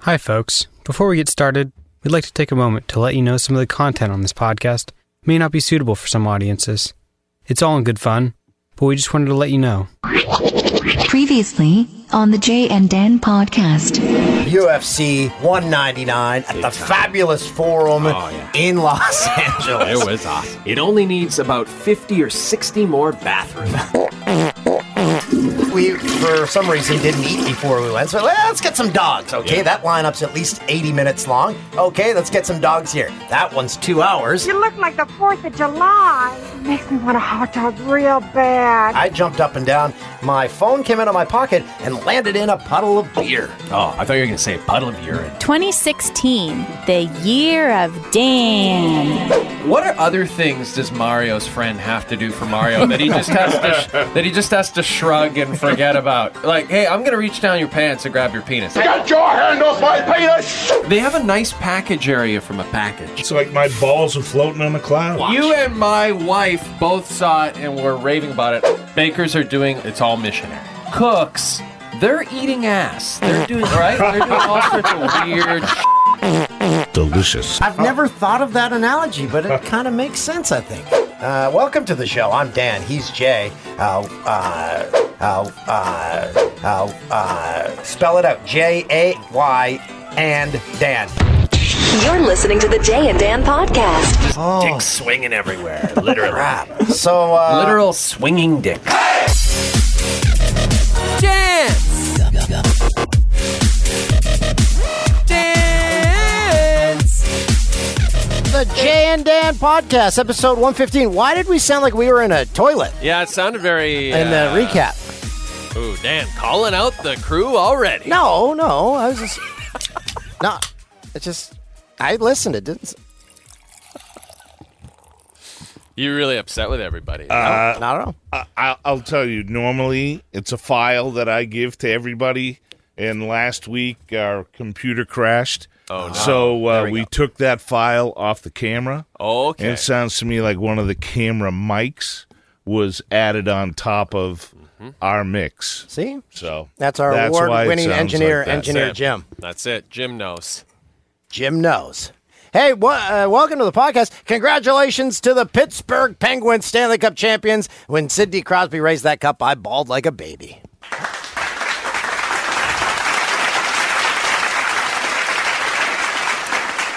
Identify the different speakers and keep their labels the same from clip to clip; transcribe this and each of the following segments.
Speaker 1: Hi, folks. Before we get started, we'd like to take a moment to let you know some of the content on this podcast may not be suitable for some audiences. It's all in good fun, but we just wanted to let you know.
Speaker 2: Previously on the Jay and Dan podcast.
Speaker 3: UFC 199 at the fabulous forum in Los
Speaker 4: It
Speaker 3: Angeles.
Speaker 4: was awesome.
Speaker 5: It only needs about 50 or 60 more bathrooms.
Speaker 3: we, for some reason, didn't eat before we went, so let's get some dogs, okay? That lineup's at least 80 minutes long. Okay, let's get some dogs here. That one's two hours.
Speaker 6: You look like the 4th of July. Makes me want a hot dog real bad.
Speaker 3: I jumped up and down. My phone came out of my pocket and landed in a puddle of beer.
Speaker 4: Oh, I thought you were gonna say puddle of urine.
Speaker 7: 2016, the year of Dan.
Speaker 8: What are other things does Mario's friend have to do for Mario that he just has to sh- that he just has to shrug and forget about? Like, hey, I'm gonna reach down your pants and grab your penis.
Speaker 9: Get your hand off my penis!
Speaker 8: They have a nice package area from a package.
Speaker 9: It's like my balls are floating on a cloud.
Speaker 8: You and my wife both saw it and were raving about it. Bakers are doing it's all missionary. Cooks, they're eating ass. They're doing right. They're doing all sorts of weird. Sh-
Speaker 9: Delicious.
Speaker 3: I've never thought of that analogy, but it kind of makes sense, I think. Uh, welcome to the show. I'm Dan. He's Jay. Uh, uh, uh, uh, uh, uh, spell it out J A Y and Dan.
Speaker 10: You're listening to the Jay and Dan podcast.
Speaker 3: Oh,
Speaker 5: Dick swinging everywhere, literally.
Speaker 3: crap. So, uh,
Speaker 5: Literal swinging dick.
Speaker 8: dance. Dance.
Speaker 3: the Jay and Dan podcast, episode 115. Why did we sound like we were in a toilet
Speaker 8: Yeah, it sounded very. uh,
Speaker 3: in the recap?
Speaker 8: Ooh, Dan, calling out the crew already.
Speaker 3: No, no. I was just. no. It's just. I listened. It didn't. s-
Speaker 8: You're really upset with everybody.
Speaker 3: I don't know.
Speaker 9: I, I, I'll tell you, normally it's a file that I give to everybody, and last week our computer crashed. Oh, no. So uh, we, took that file off the camera.
Speaker 8: okay.
Speaker 9: And it sounds to me like one of the camera mics was added on top of our mix.
Speaker 3: See?
Speaker 9: So
Speaker 3: That's our
Speaker 9: why it
Speaker 3: award-winning
Speaker 9: sounds
Speaker 3: engineer,
Speaker 9: that.
Speaker 3: engineer
Speaker 8: Sam.
Speaker 3: Jim.
Speaker 8: That's it. Jim knows.
Speaker 3: Jim knows. Hey, wha- uh, welcome to the podcast. Congratulations to the Pittsburgh Penguins Stanley Cup champions. When Sidney Crosby raised that cup, I bawled like a baby.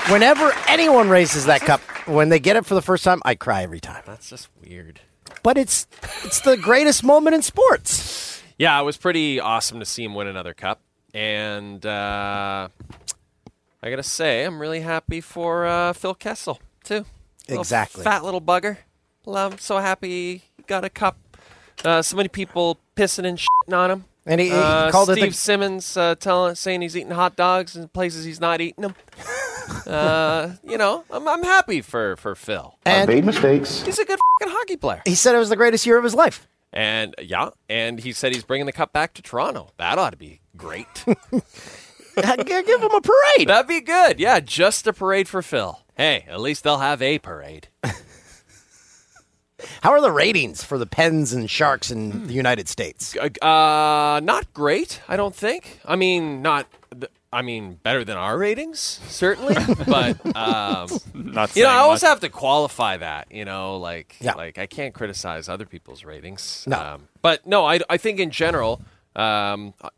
Speaker 3: Whenever anyone raises that cup, when they get it for the first time, I cry every time.
Speaker 8: That's just weird.
Speaker 3: But it's it's the greatest moment in sports.
Speaker 8: Yeah, it was pretty awesome to see him win another cup. And uh, I got to say, I'm really happy for uh, Phil Kessel, too. Little
Speaker 3: Exactly.
Speaker 8: fat little bugger. Well, I'm so happy he got a cup. Uh, so many people pissing and shitting on him.
Speaker 3: And he, he
Speaker 8: Uh,
Speaker 3: called
Speaker 8: Steve
Speaker 3: it the,
Speaker 8: Simmons uh, telling, saying he's eating hot dogs in places he's not eating them. uh, you know, I'm, I'm happy for, for Phil.
Speaker 3: and
Speaker 9: Made mistakes.
Speaker 8: He's a good fing hockey player.
Speaker 3: he said it was the greatest year of his life.
Speaker 8: And yeah, and he said he's bringing the cup back to Toronto. That ought to be great.
Speaker 3: Give give him a parade.
Speaker 8: That'd be good. Yeah, just a parade for Phil. Hey, at least they'll have a parade.
Speaker 3: How are the ratings for the Pens and Sharks in the United States?
Speaker 8: Uh, not great, I don't think. I mean, not. th- I mean, better than our ratings, certainly. but um,
Speaker 4: Not
Speaker 8: you know, I
Speaker 4: saying
Speaker 8: always
Speaker 4: much.
Speaker 8: have to qualify that. You know, like
Speaker 3: Yeah.
Speaker 8: like I can't criticize other people's ratings. um,
Speaker 3: No.
Speaker 8: but no, I I think in general, um, uh,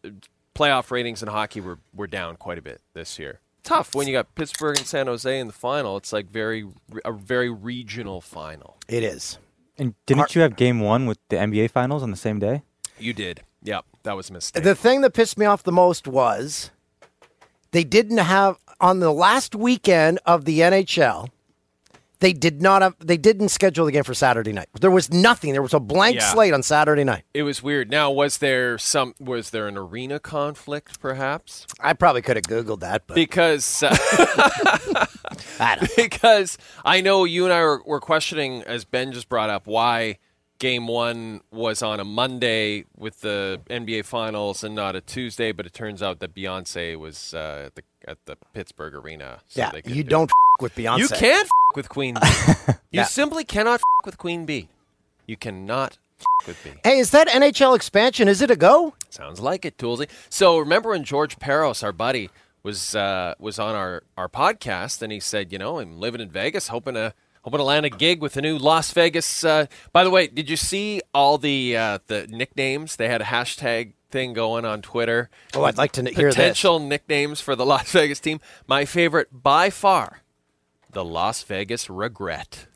Speaker 8: playoff ratings in hockey were were down quite a bit this year. Tough when you got Pittsburgh and San Jose in the final. It's like very a very regional final.
Speaker 3: It is.
Speaker 11: And didn't you have game one with the NBA Finals on the same day?
Speaker 8: You did. Yep, that was a mistake.
Speaker 3: The thing that pissed me off the most was they didn't have on the last weekend of the NHL. They did not have. They didn't schedule the game for Saturday night. There was nothing. There was a blank
Speaker 8: Yeah.
Speaker 3: slate on Saturday night.
Speaker 8: It was weird. Now, was there some? Was there an arena conflict, perhaps?
Speaker 3: I probably could have googled that, but
Speaker 8: Because uh,
Speaker 3: I don't.
Speaker 8: because I know you and I were, were questioning, as Ben just brought up, why Game One was on a Monday with the NBA Finals and not a Tuesday. But it turns out that Beyonce was uh, at the at the Pittsburgh Arena. so
Speaker 3: yeah,
Speaker 8: they couldn't
Speaker 3: you
Speaker 8: do it.
Speaker 3: don't f- with Beyonce.
Speaker 8: You can't f- with Queen. B. you
Speaker 3: Yeah.
Speaker 8: simply cannot f- with Queen B. You cannot f- with B.
Speaker 3: Hey, is that NHL expansion? Is it a go?
Speaker 8: Sounds like it, Toolsy. So remember when George Peros, our buddy, was uh, was on our, our podcast, and he said, you know, I'm living in Vegas, hoping to hoping to land a gig with the new Las Vegas. Uh, by the way, did you see all the uh, the nicknames? They had a hashtag thing going on Twitter.
Speaker 3: Oh, I'd like to n- hear this.
Speaker 8: potential nicknames for the Las Vegas team. My favorite by far, the Las Vegas Regret.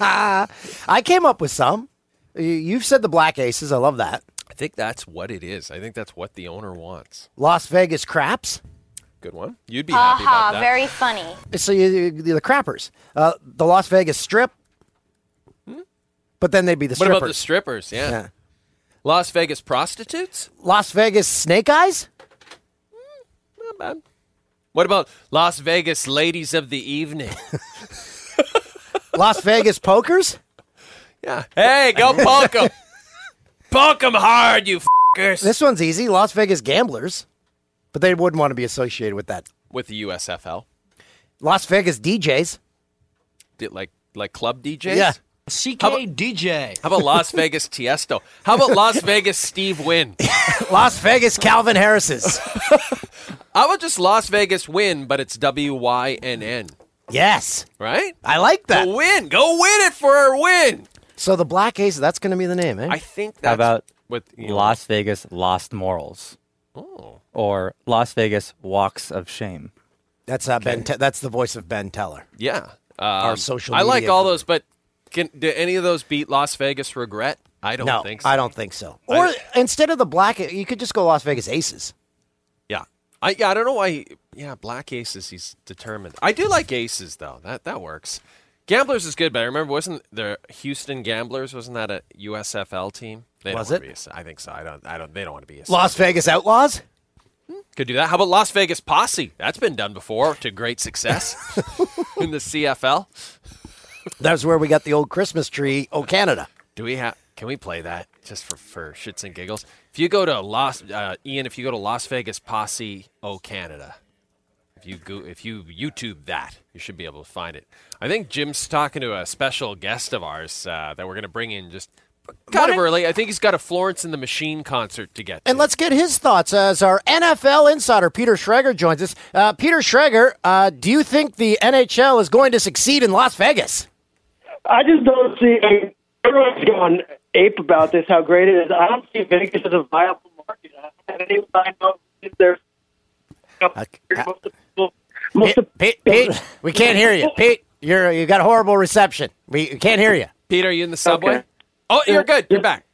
Speaker 3: I came up with some. You- You've said the Black Aces. I love that.
Speaker 8: I think that's what it is. I think that's what the owner wants.
Speaker 3: Las Vegas Craps.
Speaker 8: Good one. You'd be happy about that.
Speaker 7: very funny.
Speaker 3: So you, you, the Crappers. Uh, the Las Vegas Strip. But then they'd be the
Speaker 8: Hmm? what
Speaker 3: strippers.
Speaker 8: about the strippers? Yeah.
Speaker 3: Yeah.
Speaker 8: Las Vegas prostitutes?
Speaker 3: Las Vegas Snake Eyes?
Speaker 8: Not bad. What about Las Vegas ladies of the evening?
Speaker 3: Las Vegas Pokers?
Speaker 8: yeah. Hey, go poke 'em. Poke 'em hard, you fuckers.
Speaker 3: This one's easy. Las Vegas Gamblers. But they wouldn't want to be associated with that.
Speaker 8: With the USFL.
Speaker 3: Las Vegas DJs.
Speaker 8: Did- Like like club DJs?
Speaker 3: Yeah.
Speaker 8: How about,
Speaker 12: DJ.
Speaker 8: how about Las Vegas Tiesto? How about Las Vegas Steve Wynn?
Speaker 3: Las Vegas Calvin Harris's.
Speaker 8: How about just Las Vegas Win, but it's W Y N N,
Speaker 3: yes.
Speaker 8: right?
Speaker 3: I like that.
Speaker 8: Go win. Go win it for our win.
Speaker 3: So the Black Ace, that's going to be the name, eh?
Speaker 8: I think that's
Speaker 11: How about
Speaker 8: with you know-
Speaker 11: Las Vegas Lost Morals
Speaker 8: Oh.
Speaker 11: or Las Vegas Walks of Shame?
Speaker 3: that's uh, Ben. Te- that's the voice of Ben Teller.
Speaker 8: Yeah. Um,
Speaker 3: Our social
Speaker 8: I like
Speaker 3: media
Speaker 8: all
Speaker 3: group.
Speaker 8: those, but can do any of those beat Las Vegas regret? I don't
Speaker 3: no,
Speaker 8: think so.
Speaker 3: I don't think so. Or instead of the Black, you could just go Las Vegas Aces.
Speaker 8: Yeah. I yeah, I don't know why yeah, black aces he's determined. I do like aces though. That that works. Gamblers is good, but I remember wasn't the Houston Gamblers wasn't that a USFL team? They
Speaker 3: Was
Speaker 8: don't wanna
Speaker 3: it?
Speaker 8: Be a, I think so. I don't I don't they don't want to be a
Speaker 3: Las Vegas Outlaws.
Speaker 8: Could do that. How about Las Vegas Posse? That's been done before to great success in the CFL.
Speaker 3: That's where we got the old Christmas tree. Oh, Canada.
Speaker 8: Do we have? Can we play that just for for shits and giggles? If you go to Las, uh, Ian, if you go to Las Vegas Posse O Canada, if you go, if you YouTube that, you should be able to find it. I think Jim's talking to a special guest of ours uh, that we're going to bring in just kind of early. I think he's got a Florence and the Machine concert to get.
Speaker 3: And
Speaker 8: to.
Speaker 3: let's get his thoughts as our NFL insider Peter Schreger joins us. Uh, Peter Schreger, uh, do you think the NHL is going to succeed in Las Vegas?
Speaker 13: I just don't see. I mean, everyone's gone ape about this. How great it is. I don't see Vegas as a viable market. I haven't even I know if there's most of the people- most of
Speaker 3: Uh, Pete, Pete, we can't hear you. Pete, you're you got horrible reception. We, we can't hear you.
Speaker 8: Pete, are you in the subway?
Speaker 13: Okay.
Speaker 8: Oh, you're good. You're back.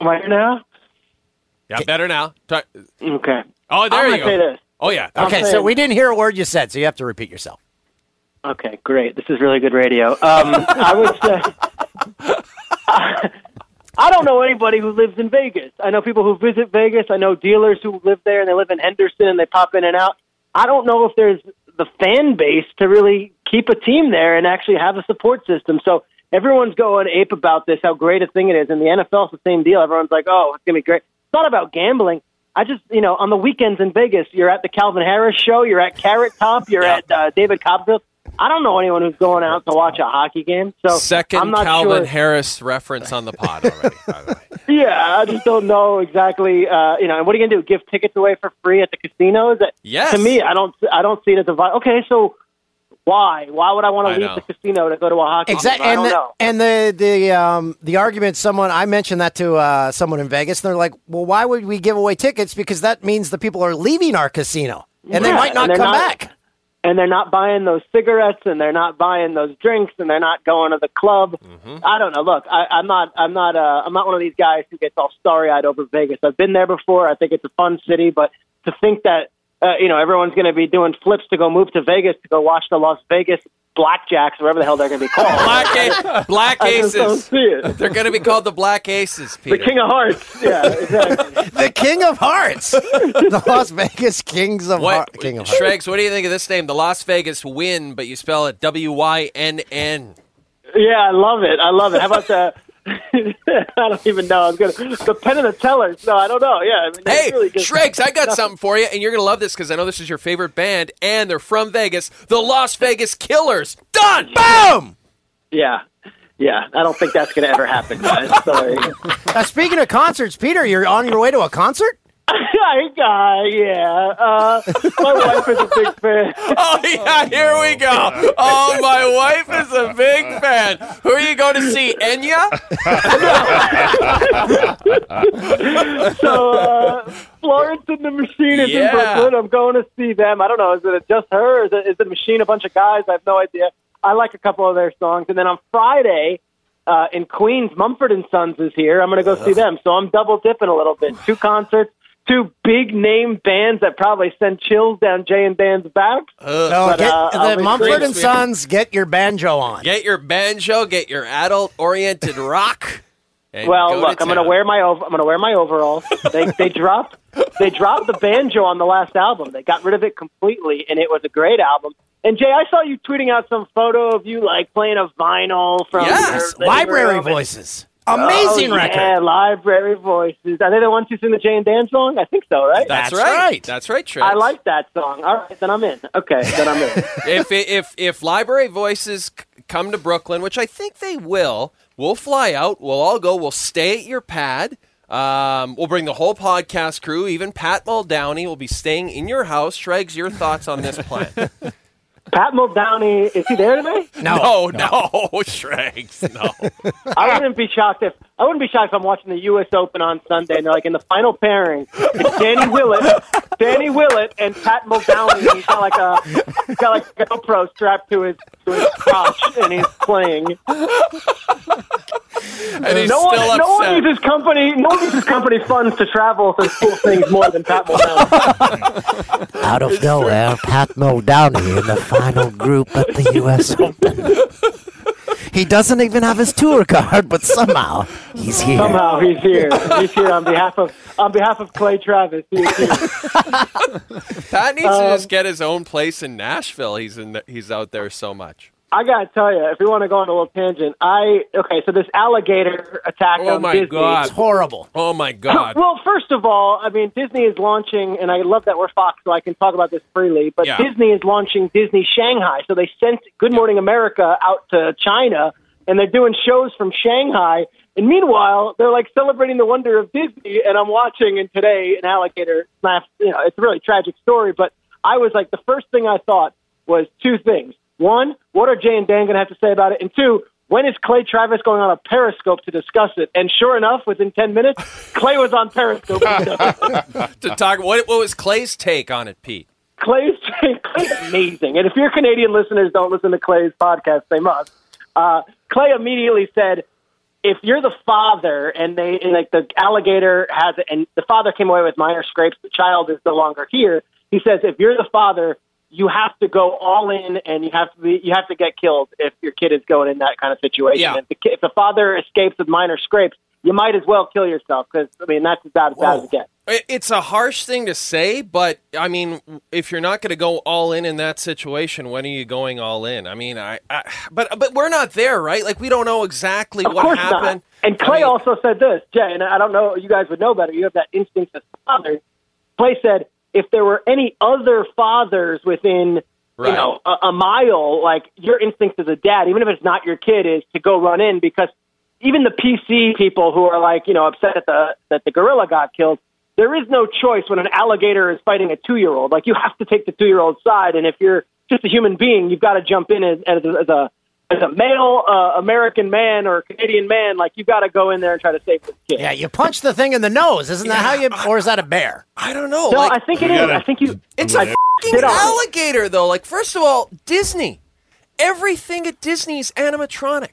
Speaker 13: Am I here now?
Speaker 8: Yeah, better now. Talk-
Speaker 13: Okay.
Speaker 8: Oh, there
Speaker 13: I'm
Speaker 8: you
Speaker 13: gonna
Speaker 8: go.
Speaker 13: say this.
Speaker 8: Oh yeah.
Speaker 13: I'm
Speaker 3: Okay, so
Speaker 13: saying-
Speaker 3: we didn't hear a word you said, so you have to repeat yourself.
Speaker 13: Okay, great. This is really good radio. Um, I would say. I don't know anybody who lives in Vegas. I know people who visit Vegas. I know dealers who live there and they live in Henderson and they pop in and out. I don't know if there's the fan base to really keep a team there and actually have a support system. So everyone's going ape about this, how great a thing it is. And the NFL's the same deal. Everyone's like, oh, it's going to be great. It's not about gambling. I just, you know, on the weekends in Vegas, you're at the Calvin Harris show, you're at Carrot Top, you're at uh, David Copperfield. I don't know anyone who's going out to watch a hockey game. So I'm
Speaker 8: Second
Speaker 13: not
Speaker 8: Calvin
Speaker 13: sure.
Speaker 8: Harris reference on the pod already. by the way.
Speaker 13: Yeah, I just don't know exactly. Uh, you know, and what are you gonna do? Give tickets away for free at the casinos? That-
Speaker 8: Yes.
Speaker 13: To me, I don't. I don't see it as a. vi- Okay, so why? Why would I want
Speaker 8: I
Speaker 13: to leave
Speaker 8: know.
Speaker 13: the casino to go to a hockey? game?
Speaker 3: Exactly,
Speaker 13: I
Speaker 3: and
Speaker 13: don't
Speaker 3: the,
Speaker 13: know.
Speaker 3: and the the um, the argument someone I mentioned that to uh, someone in Vegas, and they're like, "Well, why would we give away tickets? Because that means the people are leaving our casino, and they
Speaker 13: Yeah,
Speaker 3: might not
Speaker 13: and they're
Speaker 3: come
Speaker 13: not-
Speaker 3: back."
Speaker 13: and they're not buying those cigarettes and they're not buying those drinks and they're not going to the club.
Speaker 8: Mm-hmm.
Speaker 13: I don't know. Look, I, I'm not I'm not uh, I'm not one of these guys who gets all starry eyed over Vegas. I've been there before. I think it's a fun city, but to think that uh, you know everyone's going to be doing flips to go move to Vegas to go watch the Las Vegas Blackjacks, whatever the hell they're going to be called.
Speaker 8: Black, a- black
Speaker 13: I just don't
Speaker 8: aces.
Speaker 13: see it.
Speaker 8: They're going to be called the Black Aces,
Speaker 13: The
Speaker 8: Peter.
Speaker 13: King of Hearts. Yeah, exactly.
Speaker 3: The King of Hearts, the Las Vegas Kings of Heart,
Speaker 8: what,
Speaker 3: King of Hearts.
Speaker 8: Shregs, what do you think of this name? The Las Vegas Win, but you spell it W Y N N.
Speaker 13: yeah, I love it. I love it. How about the? I don't even know. I'm gonna the pen of the tellers. No, I don't know. Yeah, I mean, that's
Speaker 8: Hey,
Speaker 13: really just-
Speaker 8: Shregs, I got something for you, and you're going to love this because I know this is your favorite band, and they're from Vegas, the Las Vegas Killers. Done!
Speaker 3: Boom!
Speaker 13: Yeah. Yeah. I don't think that's going to ever happen, guys. Sorry.
Speaker 3: Now, speaking of concerts, Peter, you're on your way to a concert.
Speaker 13: I, uh, yeah. Uh, my wife is a big fan.
Speaker 8: Oh yeah, here we go. Oh, my wife is a big fan. Who are you going to see, Enya?
Speaker 13: so uh, Florence and the Machine is
Speaker 8: Yeah.
Speaker 13: in Brooklyn. I'm going to see them. I don't know. Is it just her? Or is it is the Machine a bunch of guys? I have no idea. I like a couple of their songs. And then on Friday uh, in Queens, Mumford and Sons is here. I'm going to go see them. So I'm double dipping a little bit. Two concerts. Two big name bands that probably send chills down Jay and Dan's back.
Speaker 3: No,
Speaker 13: But,
Speaker 3: get
Speaker 13: uh, I'll
Speaker 3: the
Speaker 13: be
Speaker 3: Mumford
Speaker 13: crazy.
Speaker 3: and Sons. Get your banjo on.
Speaker 8: Get your banjo, get your adult-oriented rock. and
Speaker 13: well,
Speaker 8: go
Speaker 13: look, I'm gonna
Speaker 8: town.
Speaker 13: wear my over- I'm gonna wear my overalls. They they dropped they dropped the banjo on the last album. They got rid of it completely, and it was a great album. And Jay, I saw you tweeting out some photo of you like playing a vinyl from
Speaker 3: Yes,
Speaker 13: your-
Speaker 3: Library
Speaker 13: from-
Speaker 3: Voices. Amazing
Speaker 13: Oh,
Speaker 3: record.
Speaker 13: Yeah, Library Voices. Are they the ones who sing the Jay and Dan song? I think so, right?
Speaker 8: That's, right. That's right, Trish.
Speaker 13: I like that song. All right, then I'm in. Okay, then I'm in.
Speaker 8: if if if Library Voices c- come to Brooklyn, which I think they will, we'll fly out. We'll all go. We'll stay at your pad. Um, we'll bring the whole podcast crew, even Pat Muldowney will be staying in your house. Shregs, your thoughts on this plan?
Speaker 13: Pat Muldowney, is he there today?
Speaker 8: no, no, Oh, Shregs, no.
Speaker 13: I wouldn't be shocked if I wouldn't be shocked if I'm watching the U.S. Open on Sunday and they're like in the final pairing, it's Danny Willett, Danny Willett, and Pat Muldowney. He's got like a he's got like a GoPro strapped to his to his crotch and he's playing.
Speaker 8: And he's
Speaker 13: no one,
Speaker 8: still
Speaker 13: no one
Speaker 8: upset.
Speaker 13: uses company, no one uses company funds to travel to cool things more than Pat Muldowney.
Speaker 3: Out of nowhere, Pat Muldowney in the final group at the U.S. Open. He doesn't even have his tour card, but somehow he's here.
Speaker 13: Somehow he's here. He's here on behalf of on behalf of Clay Travis. He is here.
Speaker 8: Pat needs to
Speaker 13: Um,
Speaker 8: just get his own place in Nashville. He's in. The, he's out there so much.
Speaker 13: I gotta tell you, if we want to go on a little tangent, I okay. So this alligator attack
Speaker 8: Oh
Speaker 13: on
Speaker 8: my
Speaker 13: Disney,
Speaker 8: god,
Speaker 3: horrible.
Speaker 8: Oh my god.
Speaker 13: well, first of all, I mean Disney is launching, and I love that we're Fox, so I can talk about this freely. But
Speaker 8: Yeah.
Speaker 13: Disney is launching Disney Shanghai, so they sent Good Morning America out to China, and they're doing shows from Shanghai. And meanwhile, they're like celebrating the wonder of Disney, and I'm watching. And today, an alligator snaps. You know, it's a really tragic story, but I was like, the first thing I thought was two things. One, what are Jay and Dan going to have to say about it? And two, when is Clay Travis going on a Periscope to discuss it? And sure enough, within 10 minutes, Clay was on Periscope.
Speaker 8: to talk. What, what was Clay's take on it, Pete?
Speaker 13: Clay's, Clay's amazing. And if your Canadian listeners don't listen to Clay's podcast, they must. Uh, Clay immediately said, if you're the father and they and like the alligator has and the father came away with minor scrapes, the child is no longer here. He says, if you're the father, you have to go all in and you have to be, you have to get killed if your kid is going in that kind of situation.
Speaker 12: Yeah.
Speaker 13: If, the, ki- if the father escapes with minor scrapes, you might as well kill yourself because I mean that's about as bad as it gets.
Speaker 8: It- Oh. It's a harsh thing to say, but I mean, if you're not going to go all in in that situation, when are you going all in? I mean, I, I but but we're not there, right? Like we don't know exactly
Speaker 13: Of
Speaker 8: what
Speaker 13: course
Speaker 8: happened.
Speaker 13: Not. And Clay also said this, Jay, and I don't know, you guys would know better. You have that instinct as fathers. Clay said, if there were any other fathers within,
Speaker 14: Right.
Speaker 13: you know, a, a mile, like your instinct as a dad, even if it's not your kid, is to go run in because even the PC people who are like, you know, upset that the that the gorilla got killed. There is no choice when an alligator is fighting a two-year-old. Like you have to take the two-year-old's side, and if you're just a human being, you've got to jump in as, as, a- as a as a male uh, American man or Canadian man. Like you've got to go in there and try to save this kid.
Speaker 3: Yeah, you punch the thing in the nose. Isn't that how you? Or is that a bear?
Speaker 8: I don't know.
Speaker 13: No, I think it is. I think you.
Speaker 8: It's a fucking
Speaker 13: Get on it.
Speaker 8: alligator, though. Like, first of all, Disney. Everything at Disney is animatronic.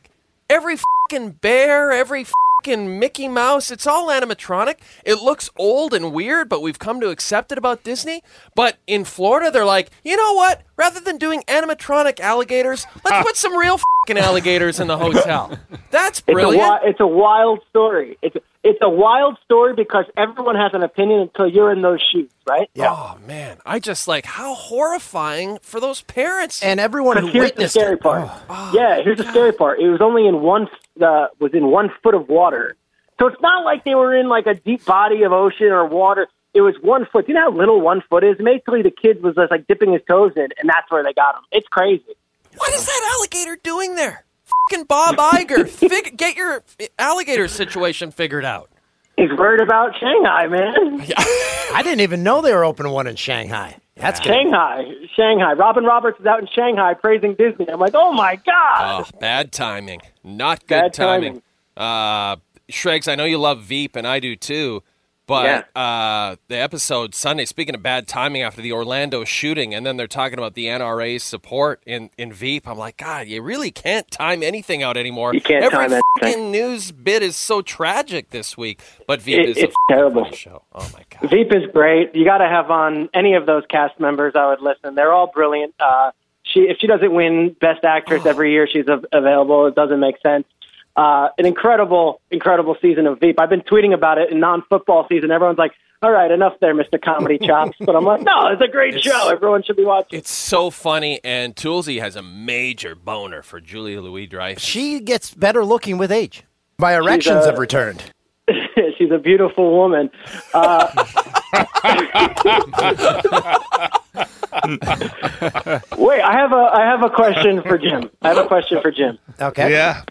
Speaker 8: Every fucking bear, every fucking Mickey Mouse, it's all animatronic. It looks old and weird, but we've come to accept it about Disney. But in Florida, they're like, you know what? Rather than doing animatronic alligators, let's put some real fucking alligators in the hotel. That's
Speaker 13: Ah. It's a,
Speaker 8: brilliant.
Speaker 13: wi- it's a wild story. It's it's a wild story because everyone has an opinion until you're in those shoes, right?
Speaker 8: Oh man, I just like how horrifying for those parents
Speaker 3: and everyone
Speaker 13: But here's the scary part.
Speaker 3: oh,
Speaker 8: Oh,
Speaker 13: yeah, here's the scary part. It was only in one uh, was in one foot of water, so it's not like they were in like a deep body of ocean or water. It was one foot. You know how little one foot is. Basically, the kid was just like dipping his toes in, and that's where they got him. It's crazy.
Speaker 8: What is that alligator doing there? Fucking Bob Iger. Fig- get your alligator situation figured out.
Speaker 13: He's worried about Shanghai, man.
Speaker 3: I didn't even know they were opening one in Shanghai. That's good.
Speaker 13: Shanghai, Shanghai. Robin Roberts is out in Shanghai praising Disney. I'm like, oh my god.
Speaker 8: Oh, bad timing. Not good
Speaker 13: Bad
Speaker 8: timing. Uh,
Speaker 13: timing.
Speaker 8: Shregs, I know you love Veep, and I do too. But uh, the episode Sunday, speaking of bad timing after the Orlando shooting, and then they're talking about the NRA's support in, in Veep. I'm like, God, you really can't time anything out anymore.
Speaker 13: You can't
Speaker 8: Every
Speaker 13: time anything.
Speaker 8: fucking news bit is so tragic this week. But Veep
Speaker 13: It-
Speaker 8: is a
Speaker 13: it's terrible.
Speaker 8: f***ing show. Oh my God.
Speaker 13: Veep is great. You got to have on any of those cast members. I would listen. They're all brilliant. Uh, she, if she doesn't win Best Actress every year, she's av- available. It doesn't make sense. Uh, an incredible, incredible season of Veep. I've been tweeting about it in non-football season. Everyone's like, "All right, enough there, Mister Comedy Chops." But I'm like, "No, it's a great
Speaker 8: It's-
Speaker 13: show. Everyone should be watching."
Speaker 8: It's so funny, and Toolsy has a major boner for Julia Louis Dreyfus.
Speaker 3: She gets better looking with age. My erections
Speaker 13: uh,
Speaker 3: have returned.
Speaker 13: she's a beautiful woman. Uh, Wait, I have a I have a question for Jim. I have a question for Jim.
Speaker 3: Okay.
Speaker 9: Yeah.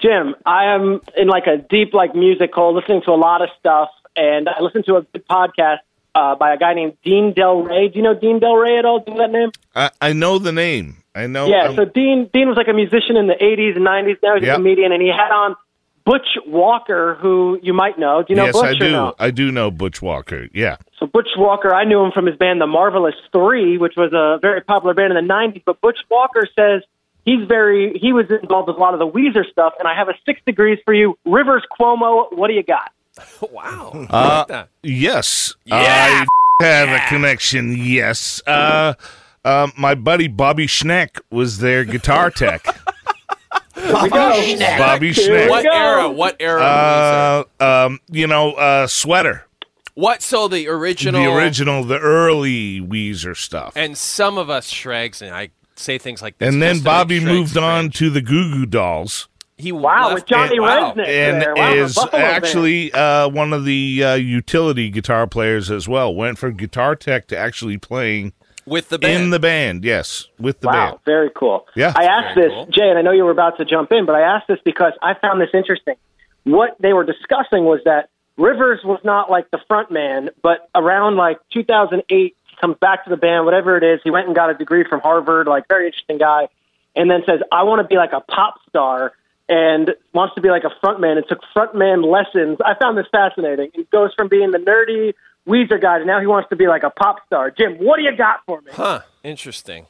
Speaker 13: Jim, I am in like a deep like music hole, listening to a lot of stuff, and I listened to a good podcast uh, by a guy named Dean Del Rey. Do you know Dean Del Rey at all? Do you know that name?
Speaker 9: I, I know the name. Oh, I know.
Speaker 13: yeah.
Speaker 9: I'm-
Speaker 13: So Dean Dean was like a musician in the '80s and '90s. Now he's
Speaker 9: Yep.
Speaker 13: a comedian, and he had on Butch Walker, who you might know. Do you know
Speaker 9: yes,
Speaker 13: Butch
Speaker 9: I
Speaker 13: or
Speaker 9: do.
Speaker 13: no?
Speaker 9: I do know Butch Walker. Yeah.
Speaker 13: So Butch Walker, I knew him from his band The Marvelous Three, which was a very popular band in the '90s. But Butch Walker says he's very he was involved with a lot of the Weezer stuff. And I have a six degrees for you, Rivers Cuomo. What do you got?
Speaker 8: wow.
Speaker 9: Uh,
Speaker 8: that.
Speaker 9: Yes. I have a connection. Yes. Uh, uh, my buddy Bobby Schneck was their guitar tech.
Speaker 3: Bobby Schneck.
Speaker 9: Bobby
Speaker 13: Here we
Speaker 9: Schneck.
Speaker 8: What
Speaker 13: go.
Speaker 8: era? What era? was
Speaker 9: Uh, um, you know, uh, sweater.
Speaker 8: it? What? So the original,
Speaker 9: Uh, The original, the early Weezer stuff.
Speaker 8: and some of us shregs, and I say things like this.
Speaker 9: And
Speaker 8: just
Speaker 9: then
Speaker 8: to
Speaker 9: Bobby
Speaker 8: make Shregs
Speaker 9: moved
Speaker 8: cringe.
Speaker 9: on to the Goo Goo Dolls.
Speaker 8: He
Speaker 13: Wow,
Speaker 8: left-
Speaker 13: with Johnny
Speaker 8: and- wow.
Speaker 13: Resnick
Speaker 9: and
Speaker 13: there. Wow, the
Speaker 9: is
Speaker 13: Buffalo Band.
Speaker 9: actually uh, one of the uh, utility guitar players as well. Went from guitar tech to actually playing
Speaker 8: with the band.
Speaker 9: in the band. Yes, with the
Speaker 13: wow,
Speaker 9: band.
Speaker 13: very cool.
Speaker 9: Yeah.
Speaker 13: I asked
Speaker 8: Very
Speaker 13: this,
Speaker 8: cool.
Speaker 13: Jay, and I know you were about to jump in, but I asked this because I found this interesting. What they were discussing was that Rivers was not like the front man, but around like 2008, he comes back to the band, whatever it is. He went and got a degree from Harvard, like very interesting guy, and then says, "I want to be like a pop star." And wants to be like a frontman and took frontman lessons. I found this fascinating. He goes from being the nerdy Weezer guy to now he wants to be like a pop star. Jim, what do you got for me?
Speaker 8: Huh. Interesting.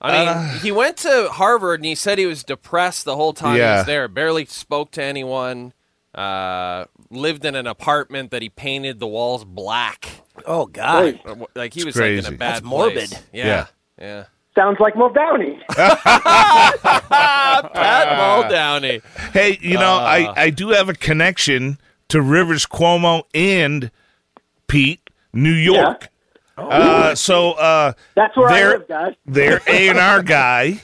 Speaker 8: I mean,
Speaker 9: Uh,
Speaker 8: he went to Harvard and he said he was depressed the whole time he
Speaker 9: Yeah.
Speaker 8: was there. Barely spoke to anyone. Uh, lived in an apartment that he painted the walls black.
Speaker 3: Oh God.
Speaker 8: Uh, wh- Like he was like in
Speaker 9: crazy.
Speaker 8: a bad
Speaker 3: That's morbid.
Speaker 8: place. Yeah. Yeah.
Speaker 13: Sounds like Muldowney.
Speaker 8: Pat Muldowney.
Speaker 9: Hey, you know, I, I do have a connection to Rivers Cuomo and Pete, New York. uh, so uh,
Speaker 13: That's where I
Speaker 9: There-
Speaker 13: live, guys.
Speaker 9: their A and R guy,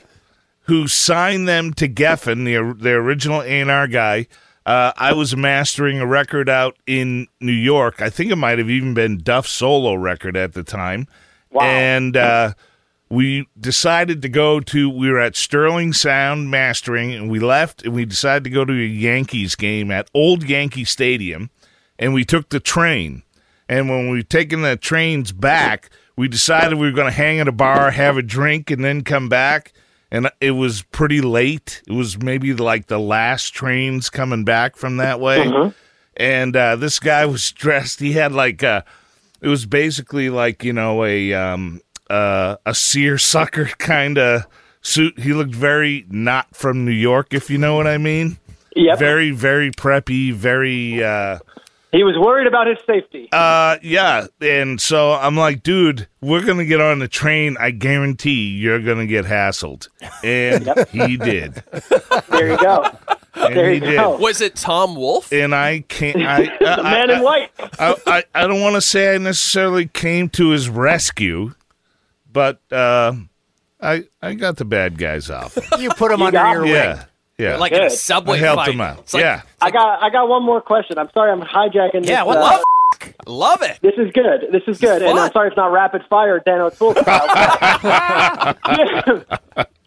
Speaker 9: who signed them to Geffen, the their original A and R guy. Uh, I was mastering a record out in New York. I think it might have even been Duff's solo record at the time. Wow. And uh, we decided to go to. We were at Sterling Sound Mastering, and we left, and we decided to go to a Yankees game at Old Yankee Stadium, and we took the train. And when we were taking the trains back, we decided we were going to hang at a bar, have a drink, and then come back. And it was pretty late. It was maybe like the last trains coming back from that way. And uh, this guy was dressed. He had like a. It was basically like you know a um uh, a seersucker kind of suit. He looked very not from New York, if you know what I mean.
Speaker 13: Yep.
Speaker 9: Very very preppy. Very. Uh,
Speaker 13: he was worried about his safety.
Speaker 9: uh, yeah. And so I'm like, dude, we're going to get on the train. I guarantee you're going to get hassled. And he did.
Speaker 13: there you go.
Speaker 9: And
Speaker 13: There
Speaker 9: he
Speaker 13: you go.
Speaker 8: Was it Tom Wolf?
Speaker 9: did. And I can't. I, I,
Speaker 13: the man
Speaker 9: I,
Speaker 13: in white.
Speaker 9: I, I, I don't want to say I necessarily came to his rescue, but uh, I I got the bad guys off.
Speaker 3: You put him
Speaker 13: You
Speaker 3: under
Speaker 13: got
Speaker 3: your
Speaker 13: me.
Speaker 9: Yeah. Yeah.
Speaker 8: Like in a
Speaker 13: Good.
Speaker 9: I
Speaker 8: subway
Speaker 9: helped
Speaker 8: fight.
Speaker 9: him out.
Speaker 8: It's like,
Speaker 9: yeah.
Speaker 13: I got I got one more question. I'm sorry I'm hijacking this.
Speaker 3: Yeah, what
Speaker 13: uh,
Speaker 3: the f-
Speaker 8: Love it.
Speaker 13: This is good. This is good. And
Speaker 8: fun.
Speaker 13: I'm sorry it's not rapid fire Dan O'Toole. style. Jim,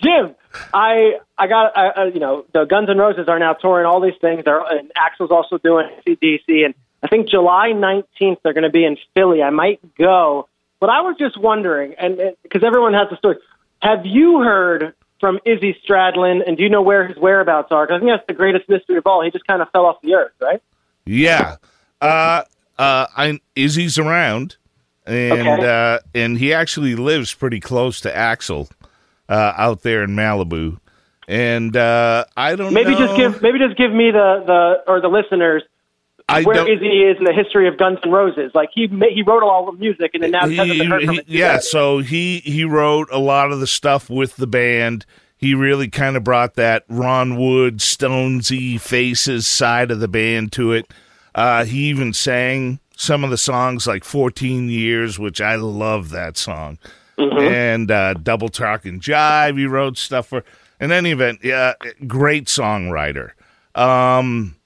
Speaker 13: Jim, I I got I, uh, you know the Guns N' Roses are now touring all these things. They're, and Axel's also doing CDC and I think July 19th they're going to be in Philly. I might go. But I was just wondering, and because everyone has a story, have you heard from Izzy Stradlin, and do you know where his whereabouts are? Because I think that's the greatest mystery of all. He just kind of fell off the earth, right?
Speaker 9: Yeah. Uh, uh, I, Izzy's around, and
Speaker 13: Okay.
Speaker 9: uh, and he actually lives pretty close to Axel uh, out there in Malibu. And uh, I don't
Speaker 13: Maybe
Speaker 9: know.
Speaker 13: just give maybe just give me the, the or the listeners
Speaker 9: I
Speaker 13: where
Speaker 9: don't-
Speaker 13: Izzy is in the history of Guns N' Roses. Like he ma- he wrote a lot of music, and then now he, hasn't been heard from
Speaker 9: he-
Speaker 13: it.
Speaker 9: yeah so he he wrote a lot of the stuff with the band he really kind of brought that ron wood stonesy faces side of the band to it uh, he even sang some of the songs like 14 years which i love that song
Speaker 13: Mm-hmm.
Speaker 9: and uh, double talk and jive he wrote stuff for in any event yeah great songwriter um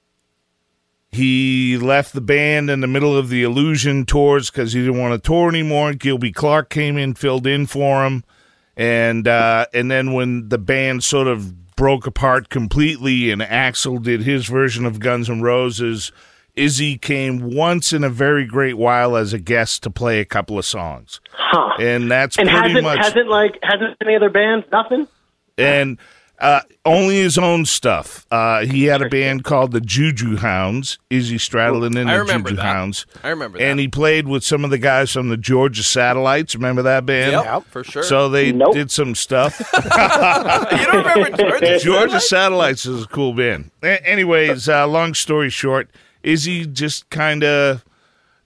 Speaker 9: he left the band in the middle of the Illusion tours because he didn't want to tour anymore. Gilby Clark came in, filled in for him, and uh, and then when the band sort of broke apart completely, and Axel did his version of Guns N' Roses, Izzy came once in a very great while as a guest to play a couple of songs, and that's
Speaker 13: And
Speaker 9: pretty
Speaker 13: hasn't
Speaker 9: much
Speaker 13: hasn't like hasn't any other bands nothing.
Speaker 9: and uh, only his own stuff. Uh, he had a band called the Juju Hounds, Izzy Stradlin and
Speaker 8: I
Speaker 9: the
Speaker 8: remember
Speaker 9: Juju
Speaker 8: that.
Speaker 9: Hounds.
Speaker 8: I remember
Speaker 9: And he played with some of the guys from the Georgia Satellites. Remember that band?
Speaker 8: Yep, Yep. for sure.
Speaker 9: So they did some stuff.
Speaker 8: you don't remember Georgia?
Speaker 9: Georgia Satellites is a cool band. A- anyways, uh, long story short, Izzy just kind of,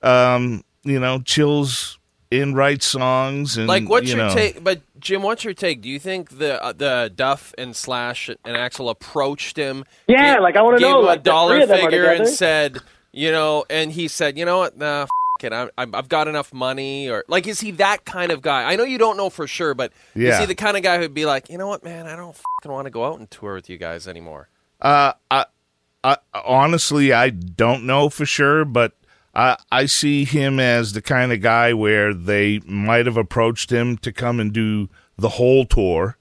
Speaker 9: um, you know, chills and writes songs and
Speaker 8: Like, what's
Speaker 9: you
Speaker 8: your
Speaker 9: know.
Speaker 8: take? But Jim, what's your take? Do you think the uh, the Duff and Slash and Axel approached him?
Speaker 13: Yeah, like, I wanna
Speaker 8: gave
Speaker 13: know,
Speaker 8: him
Speaker 13: like,
Speaker 8: a
Speaker 13: the three
Speaker 8: dollar
Speaker 13: of them are
Speaker 8: figure and
Speaker 13: together?
Speaker 8: said, you know, and he said, you know what, nah, f- it, I, I'm- I've got enough money, or like, is he that kind of guy? I know you don't know for sure, but is
Speaker 9: Yeah.
Speaker 8: he the kind of guy who'd be like, you know what, man, I don't fucking want to go out and tour with you guys anymore?
Speaker 9: Uh, I, I honestly, I don't know for sure, but I I see him as the kind of guy where they might have approached him to come and do the whole tour,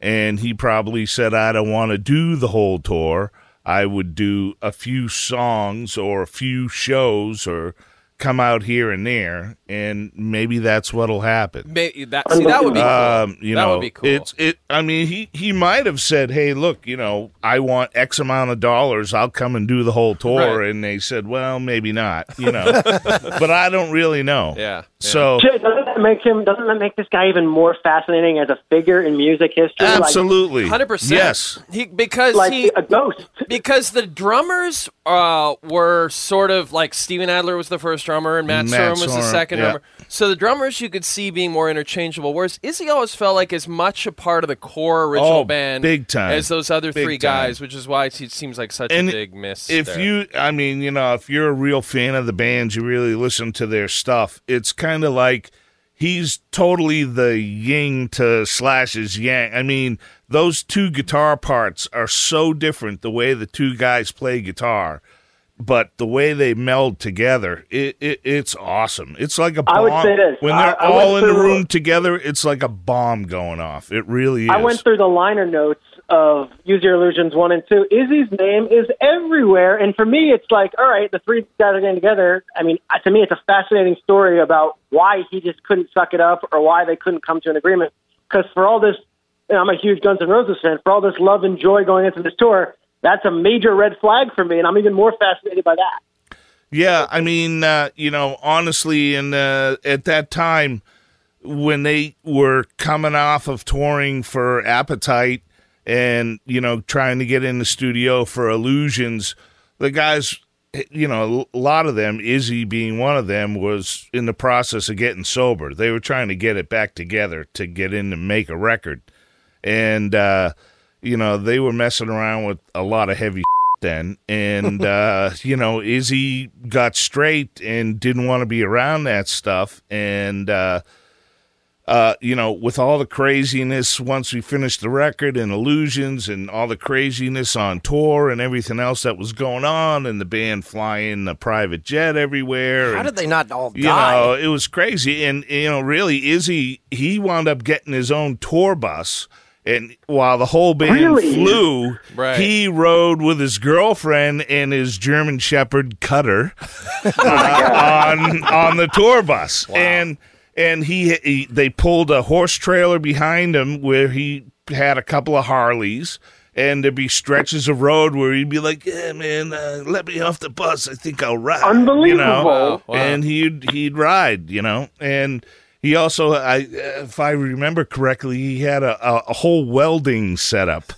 Speaker 9: and he probably said, "I don't want to do the whole tour. I would do a few songs or a few shows or." Come out here and there, and maybe that's what'll happen.
Speaker 8: Maybe that see, that would be cool.
Speaker 9: Um, you
Speaker 8: that
Speaker 9: know,
Speaker 8: would be cool.
Speaker 9: It's it. I mean, he he might have said, "Hey, look, you know, I want X amount of dollars. I'll come and do the whole tour."
Speaker 8: Right.
Speaker 9: And they said, "Well, maybe not." You know, but I don't really know.
Speaker 8: Yeah.
Speaker 9: So
Speaker 13: J- doesn't that make him? Doesn't that make this guy even more fascinating as a figure in music history? Like-
Speaker 9: absolutely,
Speaker 8: Hundred percent.
Speaker 9: Yes.
Speaker 8: he because
Speaker 13: Like
Speaker 8: he
Speaker 13: a ghost.
Speaker 8: Because the drummers uh, were sort of like Steven Adler was the first drummer and Matt,
Speaker 9: Matt
Speaker 8: Sorum was the
Speaker 9: Sorum,
Speaker 8: second
Speaker 9: yeah.
Speaker 8: drummer. So the drummers you could see being more interchangeable. Whereas Izzy always felt like as much a part of the core original
Speaker 9: Oh,
Speaker 8: band
Speaker 9: big time.
Speaker 8: as those other
Speaker 9: Big
Speaker 8: three
Speaker 9: time.
Speaker 8: guys, which is why it seems like such a big miss.
Speaker 9: If
Speaker 8: there.
Speaker 9: you, I mean, you know, if you're a real fan of the bands, you really listen to their stuff. It's kind of like he's totally the yin to Slash's yang. I mean, those two guitar parts are so different. The way the two guys play guitar. But the way they meld together, it, it it's awesome. It's like a bomb.
Speaker 13: I would say this.
Speaker 9: When
Speaker 13: I-
Speaker 9: they're
Speaker 13: I went
Speaker 9: all in the
Speaker 13: through-
Speaker 9: room together, it's like a bomb going off. It really is.
Speaker 13: I went through the liner notes of Use Your Illusions 1 and 2. Izzy's name is everywhere. And for me, it's like, all right, the three guys are getting together. I mean, uh, to me, it's a fascinating story about why he just couldn't suck it up or why they couldn't come to an agreement. Because for all this, and I'm a huge Guns N' Roses fan, for all this love and joy going into this tour, that's a major red flag for me. And I'm even more fascinated by that.
Speaker 9: Yeah, I mean, uh, you know, honestly, and uh, at that time when they were coming off of touring for Appetite and you know trying to get in the studio for Illusions, the guys, you know, a lot of them, Izzy being one of them, was in the process of getting sober. They were trying to get it back together to get in and make a record, and uh, you know they were messing around with a lot of heavy then and uh you know izzy got straight and didn't want to be around that stuff and uh uh you know with all the craziness once we finished the record and illusions and all the craziness on tour and everything else that was going on and the band flying a private jet everywhere
Speaker 3: How
Speaker 9: and-
Speaker 3: did they not all die?
Speaker 9: you know, it was crazy. And, you know, really, Izzy, he wound up getting his own tour bus And while the whole band
Speaker 13: Really?
Speaker 9: flew,
Speaker 13: Right.
Speaker 9: he rode with his girlfriend and his German Shepherd Cutter uh, on on the tour bus, and and he, he they pulled a horse trailer behind him where he had a couple of Harleys, and there'd be stretches of road where he'd be like, "Yeah, man, uh, let me off the bus. I think I'll ride." You know?
Speaker 13: Unbelievable. Wow.
Speaker 9: And he'd he'd ride, you know, and. He also, I, if I remember correctly, he had a, a, a whole welding setup.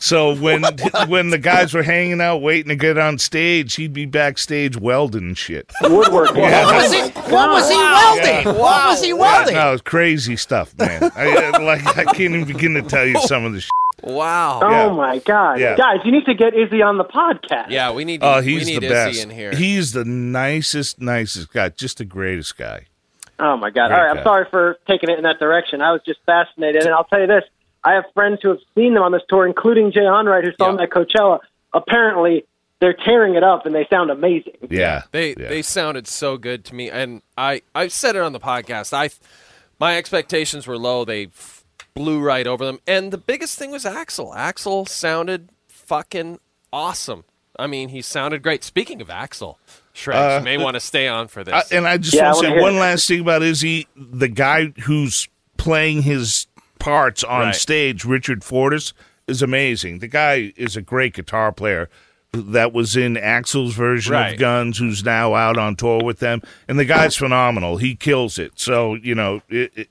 Speaker 9: So when when the guys were hanging out waiting to get on stage, he'd be backstage welding shit.
Speaker 13: Woodworking.
Speaker 9: Yeah.
Speaker 3: What was he? What was he
Speaker 13: Wow.
Speaker 3: welding?
Speaker 9: Yeah.
Speaker 3: What was he welding?
Speaker 9: Yeah, no, it's crazy stuff, man. I, I- like I can't even begin to tell you some of the shit.
Speaker 8: Wow.
Speaker 13: Oh
Speaker 9: Yeah.
Speaker 13: my god,
Speaker 9: Yeah.
Speaker 13: guys, you need to get Izzy on the podcast.
Speaker 8: Yeah, we need.
Speaker 9: Oh,
Speaker 8: we
Speaker 9: he's
Speaker 8: need
Speaker 9: the
Speaker 8: Izzy
Speaker 9: best.
Speaker 8: in here.
Speaker 9: He's the nicest, nicest guy. Just the greatest guy.
Speaker 13: Oh my god!
Speaker 9: Great
Speaker 13: All right,
Speaker 9: guy.
Speaker 13: I'm sorry for taking it in that direction. I was just fascinated, and I'll tell you this: I have friends who have seen them on this tour, including Jay Onright, who saw them at Coachella. Apparently, they're tearing it up, and they sound amazing.
Speaker 9: Yeah.
Speaker 8: They they sounded so good to me, and I I said it on the podcast. I my expectations were low. They f- blew right over them, and the biggest thing was Axel. Axel sounded fucking awesome. I mean, he sounded great. Speaking of Axel, Shreds,
Speaker 9: Uh,
Speaker 8: you may want to stay on for this.
Speaker 9: I, and I just want to say one last thing about Izzy. The guy who's playing his parts on
Speaker 8: Right.
Speaker 9: stage, Richard Fortas, is amazing. The guy is a great guitar player that was in Axel's version
Speaker 8: Right.
Speaker 9: of Guns, who's now out on tour with them. And the guy's phenomenal. He kills it. So, you know, it, it,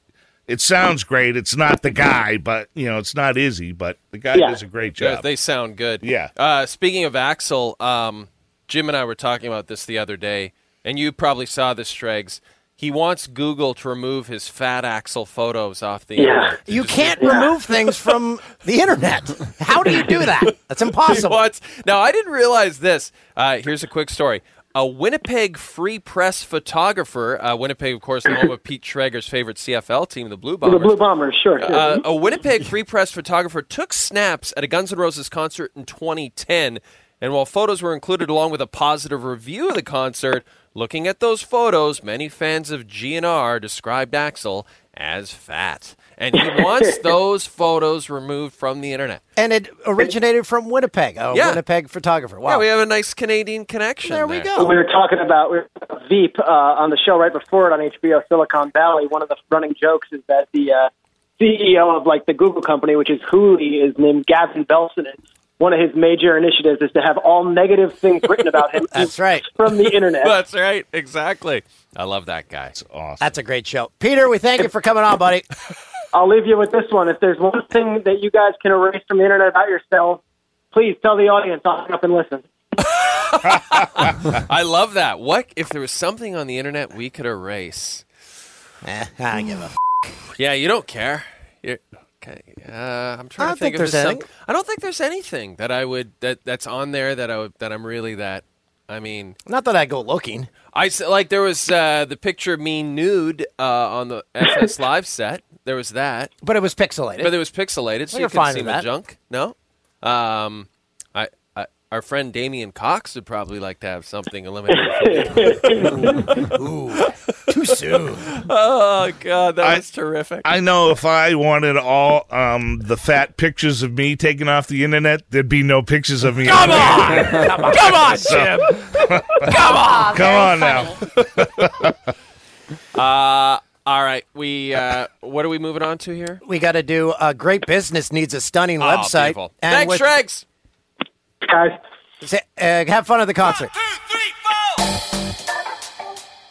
Speaker 9: it sounds great. It's not the guy, but, you know, it's not Izzy, but the guy does a great
Speaker 8: Yeah,
Speaker 9: job.
Speaker 8: they sound good.
Speaker 9: Yeah.
Speaker 8: Uh, speaking of Axel, um, Jim and I were talking about this the other day, and you probably saw this, Shregs. He wants Google to remove his fat Axel photos off the internet.
Speaker 3: You can't remove things from the internet. How do you do that? That's impossible.
Speaker 8: He wants- now, I didn't realize this. Uh, here's a quick story. A Winnipeg Free Press photographer, uh, Winnipeg, of course, the home of Pete Schrager's favorite CFL team, the Blue Bombers.
Speaker 13: The Blue Bombers, sure. sure.
Speaker 8: Uh, a Winnipeg Free Press photographer took snaps at a Guns N' Roses concert in 2010, and while photos were included along with a positive review of the concert, looking at those photos, many fans of GNR described Axel as fat, and he wants those photos removed from the internet.
Speaker 3: And it originated from Winnipeg. A
Speaker 8: Yeah.
Speaker 3: Winnipeg photographer. Wow.
Speaker 8: Yeah, we have a nice Canadian connection. There we
Speaker 13: We were talking about we were talking about Veep uh, on the show right before it on HBO Silicon Valley. One of the running jokes is that the uh, CEO of like the Google company, which is Hooli, is named Gavin Belson. And one of his major initiatives is to have all negative things written about him. That's right from the internet.
Speaker 8: That's right. Exactly. I love that guy. It's
Speaker 9: awesome.
Speaker 3: That's a great show. Peter, we thank you for coming on, buddy.
Speaker 13: I'll leave you with this one. If there's one thing that you guys can erase from the internet about yourself, please tell the audience. I'll hang up and listen.
Speaker 8: I love that. What if there was something on the internet we could erase?
Speaker 3: Eh, I don't give a. F-
Speaker 8: yeah, you don't care. You're, okay, uh, I'm
Speaker 3: I
Speaker 8: trying
Speaker 3: don't
Speaker 8: to think,
Speaker 3: think
Speaker 8: of
Speaker 3: there's
Speaker 8: some-
Speaker 3: anything.
Speaker 8: I don't think there's anything that I would that that's on there that I would, that I'm really that. I mean,
Speaker 3: Not that I go looking.
Speaker 8: I s- like there was uh, the picture of me nude uh, on the FS Live set. There was that,
Speaker 3: but it was pixelated.
Speaker 8: But it was pixelated, so
Speaker 3: Well,
Speaker 8: you
Speaker 3: you're
Speaker 8: could
Speaker 3: fine
Speaker 8: see
Speaker 3: with
Speaker 8: my
Speaker 3: that.
Speaker 8: junk. No, um, I, I our friend Damian Cox would probably like to have something eliminated. from the
Speaker 3: Too soon.
Speaker 8: oh God, that was terrific.
Speaker 9: I know if I wanted all um, the fat pictures of me taken off the internet, there'd be no pictures of me.
Speaker 8: Come on!
Speaker 9: Come
Speaker 8: on! Come on, Jim! Come on!
Speaker 9: Come on
Speaker 8: uh, all right, we uh, what are we moving on to here?
Speaker 3: We got to do a great business needs a stunning
Speaker 8: Oh,
Speaker 3: website.
Speaker 8: beautiful. Thanks, Shregs.
Speaker 13: Guys.
Speaker 3: Uh, have fun at the concert.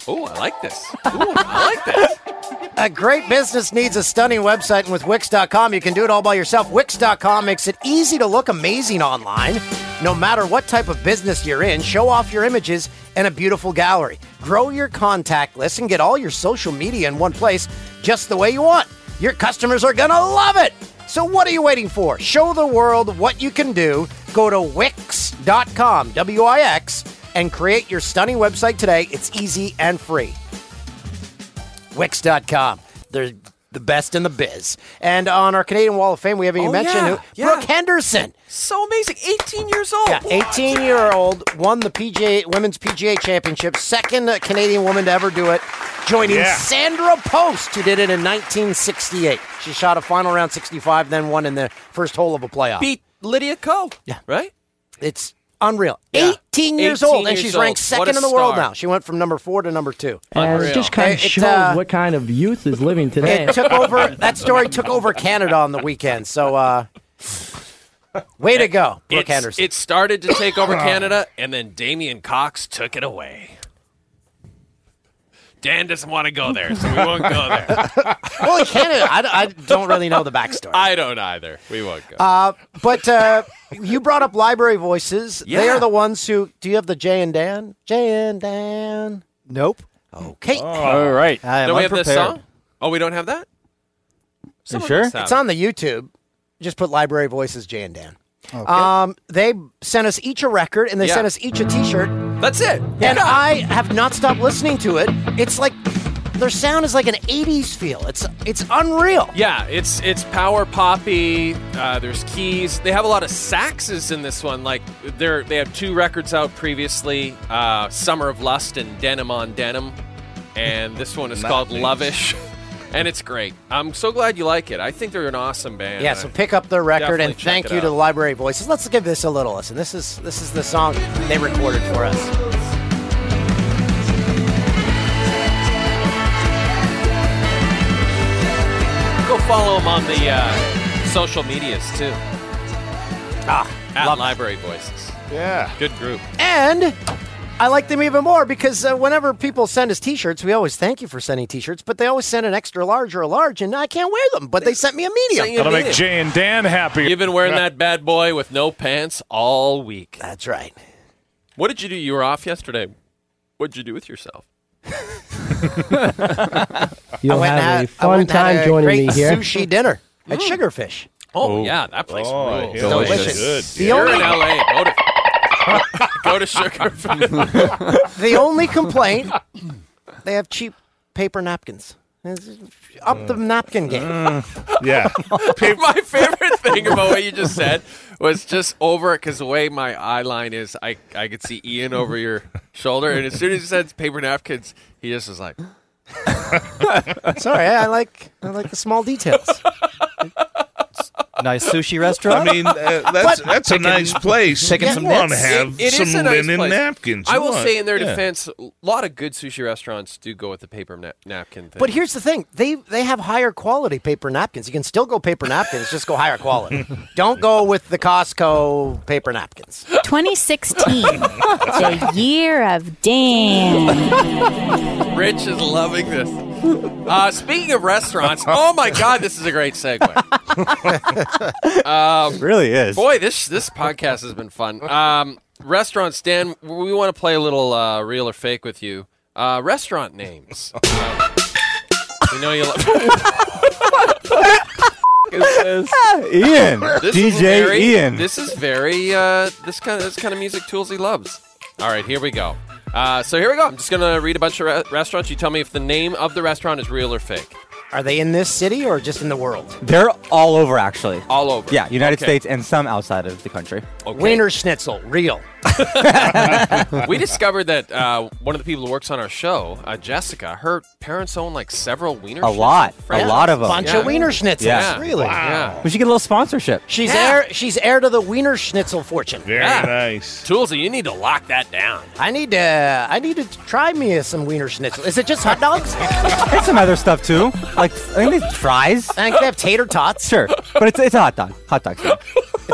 Speaker 8: Oh, I like this. Ooh, I like this.
Speaker 3: A great business needs a stunning website, and with Wix.com, you can do it all by yourself. Wix.com makes it easy to look amazing online. No matter what type of business you're in, show off your images in a beautiful gallery. Grow your contact list and get all your social media in one place just the way you want. Your customers are going to love it. So, what are you waiting for? Show the world what you can do. Go to Wix.com, W I X, and create your stunning website today. It's easy and free. Wix.com. They're the best in the biz. And on our Canadian Wall of Fame, we haven't even
Speaker 12: Oh,
Speaker 3: mentioned
Speaker 12: yeah,
Speaker 3: who,
Speaker 12: yeah. Oh,
Speaker 3: Brooke Henderson.
Speaker 12: So amazing. 18 years old.
Speaker 3: Yeah, 18 year old won the PGA women's PGA championship, second uh, Canadian woman to ever do it, joining
Speaker 12: Yeah.
Speaker 3: Sandra Post, who did it in 1968. She shot a final round 65, then won in the first hole of a playoff.
Speaker 12: Beat Lydia Ko.
Speaker 3: Yeah.
Speaker 8: Right?
Speaker 3: It's unreal. 18 years
Speaker 12: 18
Speaker 3: old, and
Speaker 12: years
Speaker 3: she's
Speaker 12: old.
Speaker 3: ranked
Speaker 12: What a
Speaker 3: second in the world
Speaker 12: star.
Speaker 3: now. She went from number four to number two.
Speaker 14: And it just kind of
Speaker 3: It, uh,
Speaker 14: shows what kind of youth is living today.
Speaker 3: It took over. That story took over Canada on the weekend. So, uh, way to go, Brooke
Speaker 8: It's-
Speaker 3: Henderson.
Speaker 8: It started to take over Canada, and then Damian Cox took it away. Dan doesn't want to go there, so we won't go there.
Speaker 3: well, Canada. I, I don't really know the backstory.
Speaker 8: I don't either. We won't go.
Speaker 3: Uh, but uh, you brought up Library Voices. They
Speaker 8: Yeah.
Speaker 3: are the ones who. Do you have the Jay and Dan? Jay and Dan. Nope. Okay.
Speaker 8: All
Speaker 11: right.
Speaker 3: I am
Speaker 8: don't we have this
Speaker 3: unprepared.
Speaker 8: song? Oh, we don't have that? Someone must have
Speaker 3: It's
Speaker 8: it.
Speaker 3: on the YouTube. Just put Library Voices Jay and Dan. Um, they sent us each a record and they
Speaker 12: Yeah.
Speaker 3: sent us each a T-shirt.
Speaker 8: That's it.
Speaker 3: And I have not stopped listening to it. It's like their sound is like an '80s feel. It's it's unreal.
Speaker 8: Yeah, it's it's power poppy. Uh, there's keys. They have a lot of saxes in this one. Like they're they have two records out previously, uh, "Summer of Lust" and "Denim on Denim," and this one is
Speaker 3: Nice.
Speaker 8: called "Lovish," and it's great. I'm so glad you like it. I think they're an awesome band.
Speaker 3: Yeah, so pick up their record
Speaker 8: Definitely
Speaker 3: and
Speaker 8: check
Speaker 3: thank
Speaker 8: it
Speaker 3: you to
Speaker 8: out.
Speaker 3: the Library Voices. Let's give this a little listen. This is this is the song they recorded for us.
Speaker 8: Uh, Go follow them on the uh, social medias too.
Speaker 3: Ah,
Speaker 8: at Library Voices.
Speaker 9: Yeah,
Speaker 8: good group.
Speaker 3: And I like them even more because uh, whenever people send us T-shirts, we always thank you for sending T-shirts, but they always send an extra large or a large, and I can't wear them. But they sent me a medium.
Speaker 8: Send you a Gotta make medium.
Speaker 9: Jay and Dan happy.
Speaker 8: You've been wearing that bad boy with no pants all week.
Speaker 3: That's right.
Speaker 8: What did you do? You were off yesterday. What did you do with yourself?
Speaker 14: You'll
Speaker 3: went and
Speaker 14: have a
Speaker 3: had- I
Speaker 14: fun
Speaker 3: went and had
Speaker 14: time
Speaker 3: a
Speaker 14: joining
Speaker 3: great
Speaker 14: me here.
Speaker 3: Sushi dinner at
Speaker 8: Mm.
Speaker 3: Sugarfish.
Speaker 8: Oh, yeah, that place
Speaker 9: Oh,
Speaker 8: rules.
Speaker 9: yeah, that place is
Speaker 3: good,
Speaker 8: You're
Speaker 3: yeah.
Speaker 8: in LA. Go to, go to Sugar.
Speaker 3: the only complaint they have cheap paper napkins. Up the napkin game.
Speaker 9: Yeah.
Speaker 8: my favorite thing about what you just said was just over it because the way my eye line is, I, I could see Ian over your shoulder. And as soon as he said paper napkins, he just was like,
Speaker 3: Sorry, I I like I like the small details.
Speaker 11: nice sushi restaurant.
Speaker 9: I mean, uh, that's- that's a nice place.
Speaker 11: Taking
Speaker 9: You
Speaker 11: some
Speaker 9: wanna
Speaker 11: nips.
Speaker 9: have
Speaker 8: It is
Speaker 9: some
Speaker 8: a nice
Speaker 9: linen
Speaker 8: place.
Speaker 9: napkins.
Speaker 8: I
Speaker 9: You
Speaker 8: will
Speaker 9: want-
Speaker 8: say, in their
Speaker 9: yeah.
Speaker 8: defense, a lot of good sushi restaurants do go with the paper na- napkin thing.
Speaker 3: But here's the thing: they they have higher quality paper napkins. You can still go paper napkins, just go higher quality. Don't go with the Costco paper napkins.
Speaker 7: 2016, the year of Dan.
Speaker 8: Rich is loving this. Uh, speaking of restaurants, oh my God, this is a great segue. Um,
Speaker 11: It really is.
Speaker 8: Boy, this this podcast has been fun. Um, restaurants, Dan, we want to play a little uh, real or fake with you. Uh, restaurant names. Um, we know you love.
Speaker 11: Ian,
Speaker 8: This is
Speaker 11: DJ
Speaker 8: very-
Speaker 11: Ian.
Speaker 8: This is very uh, this kind of this kind of music tools he loves. All right, here we go. Uh, so here we go. I'm just gonna read a bunch of re- restaurants. You tell me if the name of the restaurant is real or fake.
Speaker 3: Are they in this city or just in the world?
Speaker 11: They're all over, actually.
Speaker 8: All over.
Speaker 11: Yeah, United
Speaker 8: Okay.
Speaker 11: States and some outside of the country.
Speaker 3: Wiener Schnitzel, real.
Speaker 8: we discovered that uh, one of the people who works on our show, uh, Jessica, her parents own like several wiener.
Speaker 11: A lot. A
Speaker 8: Schnitzel
Speaker 11: lot of them.
Speaker 3: Bunch
Speaker 8: Yeah.
Speaker 3: of Wiener Schnitzels,
Speaker 11: Yeah.
Speaker 3: really.
Speaker 8: Yeah.
Speaker 11: We should get a little sponsorship.
Speaker 3: She's heir. She's heir to the Wiener Schnitzel fortune.
Speaker 9: Very
Speaker 8: Yeah.
Speaker 9: nice.
Speaker 8: Toolsy, you need to lock that down.
Speaker 3: I need to. I need to try me some Wiener Schnitzel. Is it just hot dogs?
Speaker 11: And some other stuff too, like I think they have fries.
Speaker 3: I think they have tater tots.
Speaker 11: Sure, but it's it's a hot dog. Hot dog. stand.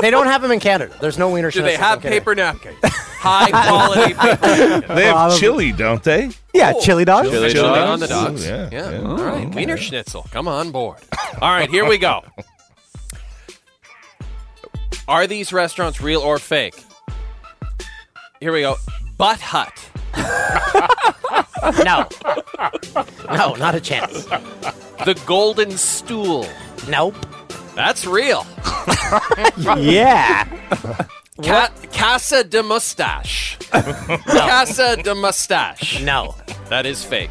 Speaker 3: they don't have them in Canada. There's no Wiener
Speaker 8: Do
Speaker 3: Schnitzel.
Speaker 8: they have paper napkins? High quality paper napkins.
Speaker 9: They have
Speaker 11: Probably.
Speaker 9: chili, don't they?
Speaker 11: Yeah, chili dogs.
Speaker 8: Chili,
Speaker 9: Chili dogs.
Speaker 8: on the dogs.
Speaker 9: Ooh,
Speaker 8: yeah.
Speaker 9: yeah, yeah. Oh,
Speaker 8: All right. Wiener Schnitzel, come on board. All right, here we go. Are these restaurants real or fake? Here we go. Butt Hut.
Speaker 3: No. No, not a chance.
Speaker 8: The Golden Stool.
Speaker 3: Nope.
Speaker 8: That's real.
Speaker 11: Yeah.
Speaker 8: Ca- Casa de Mustache. Casa de Mustache.
Speaker 3: No.
Speaker 8: That is fake.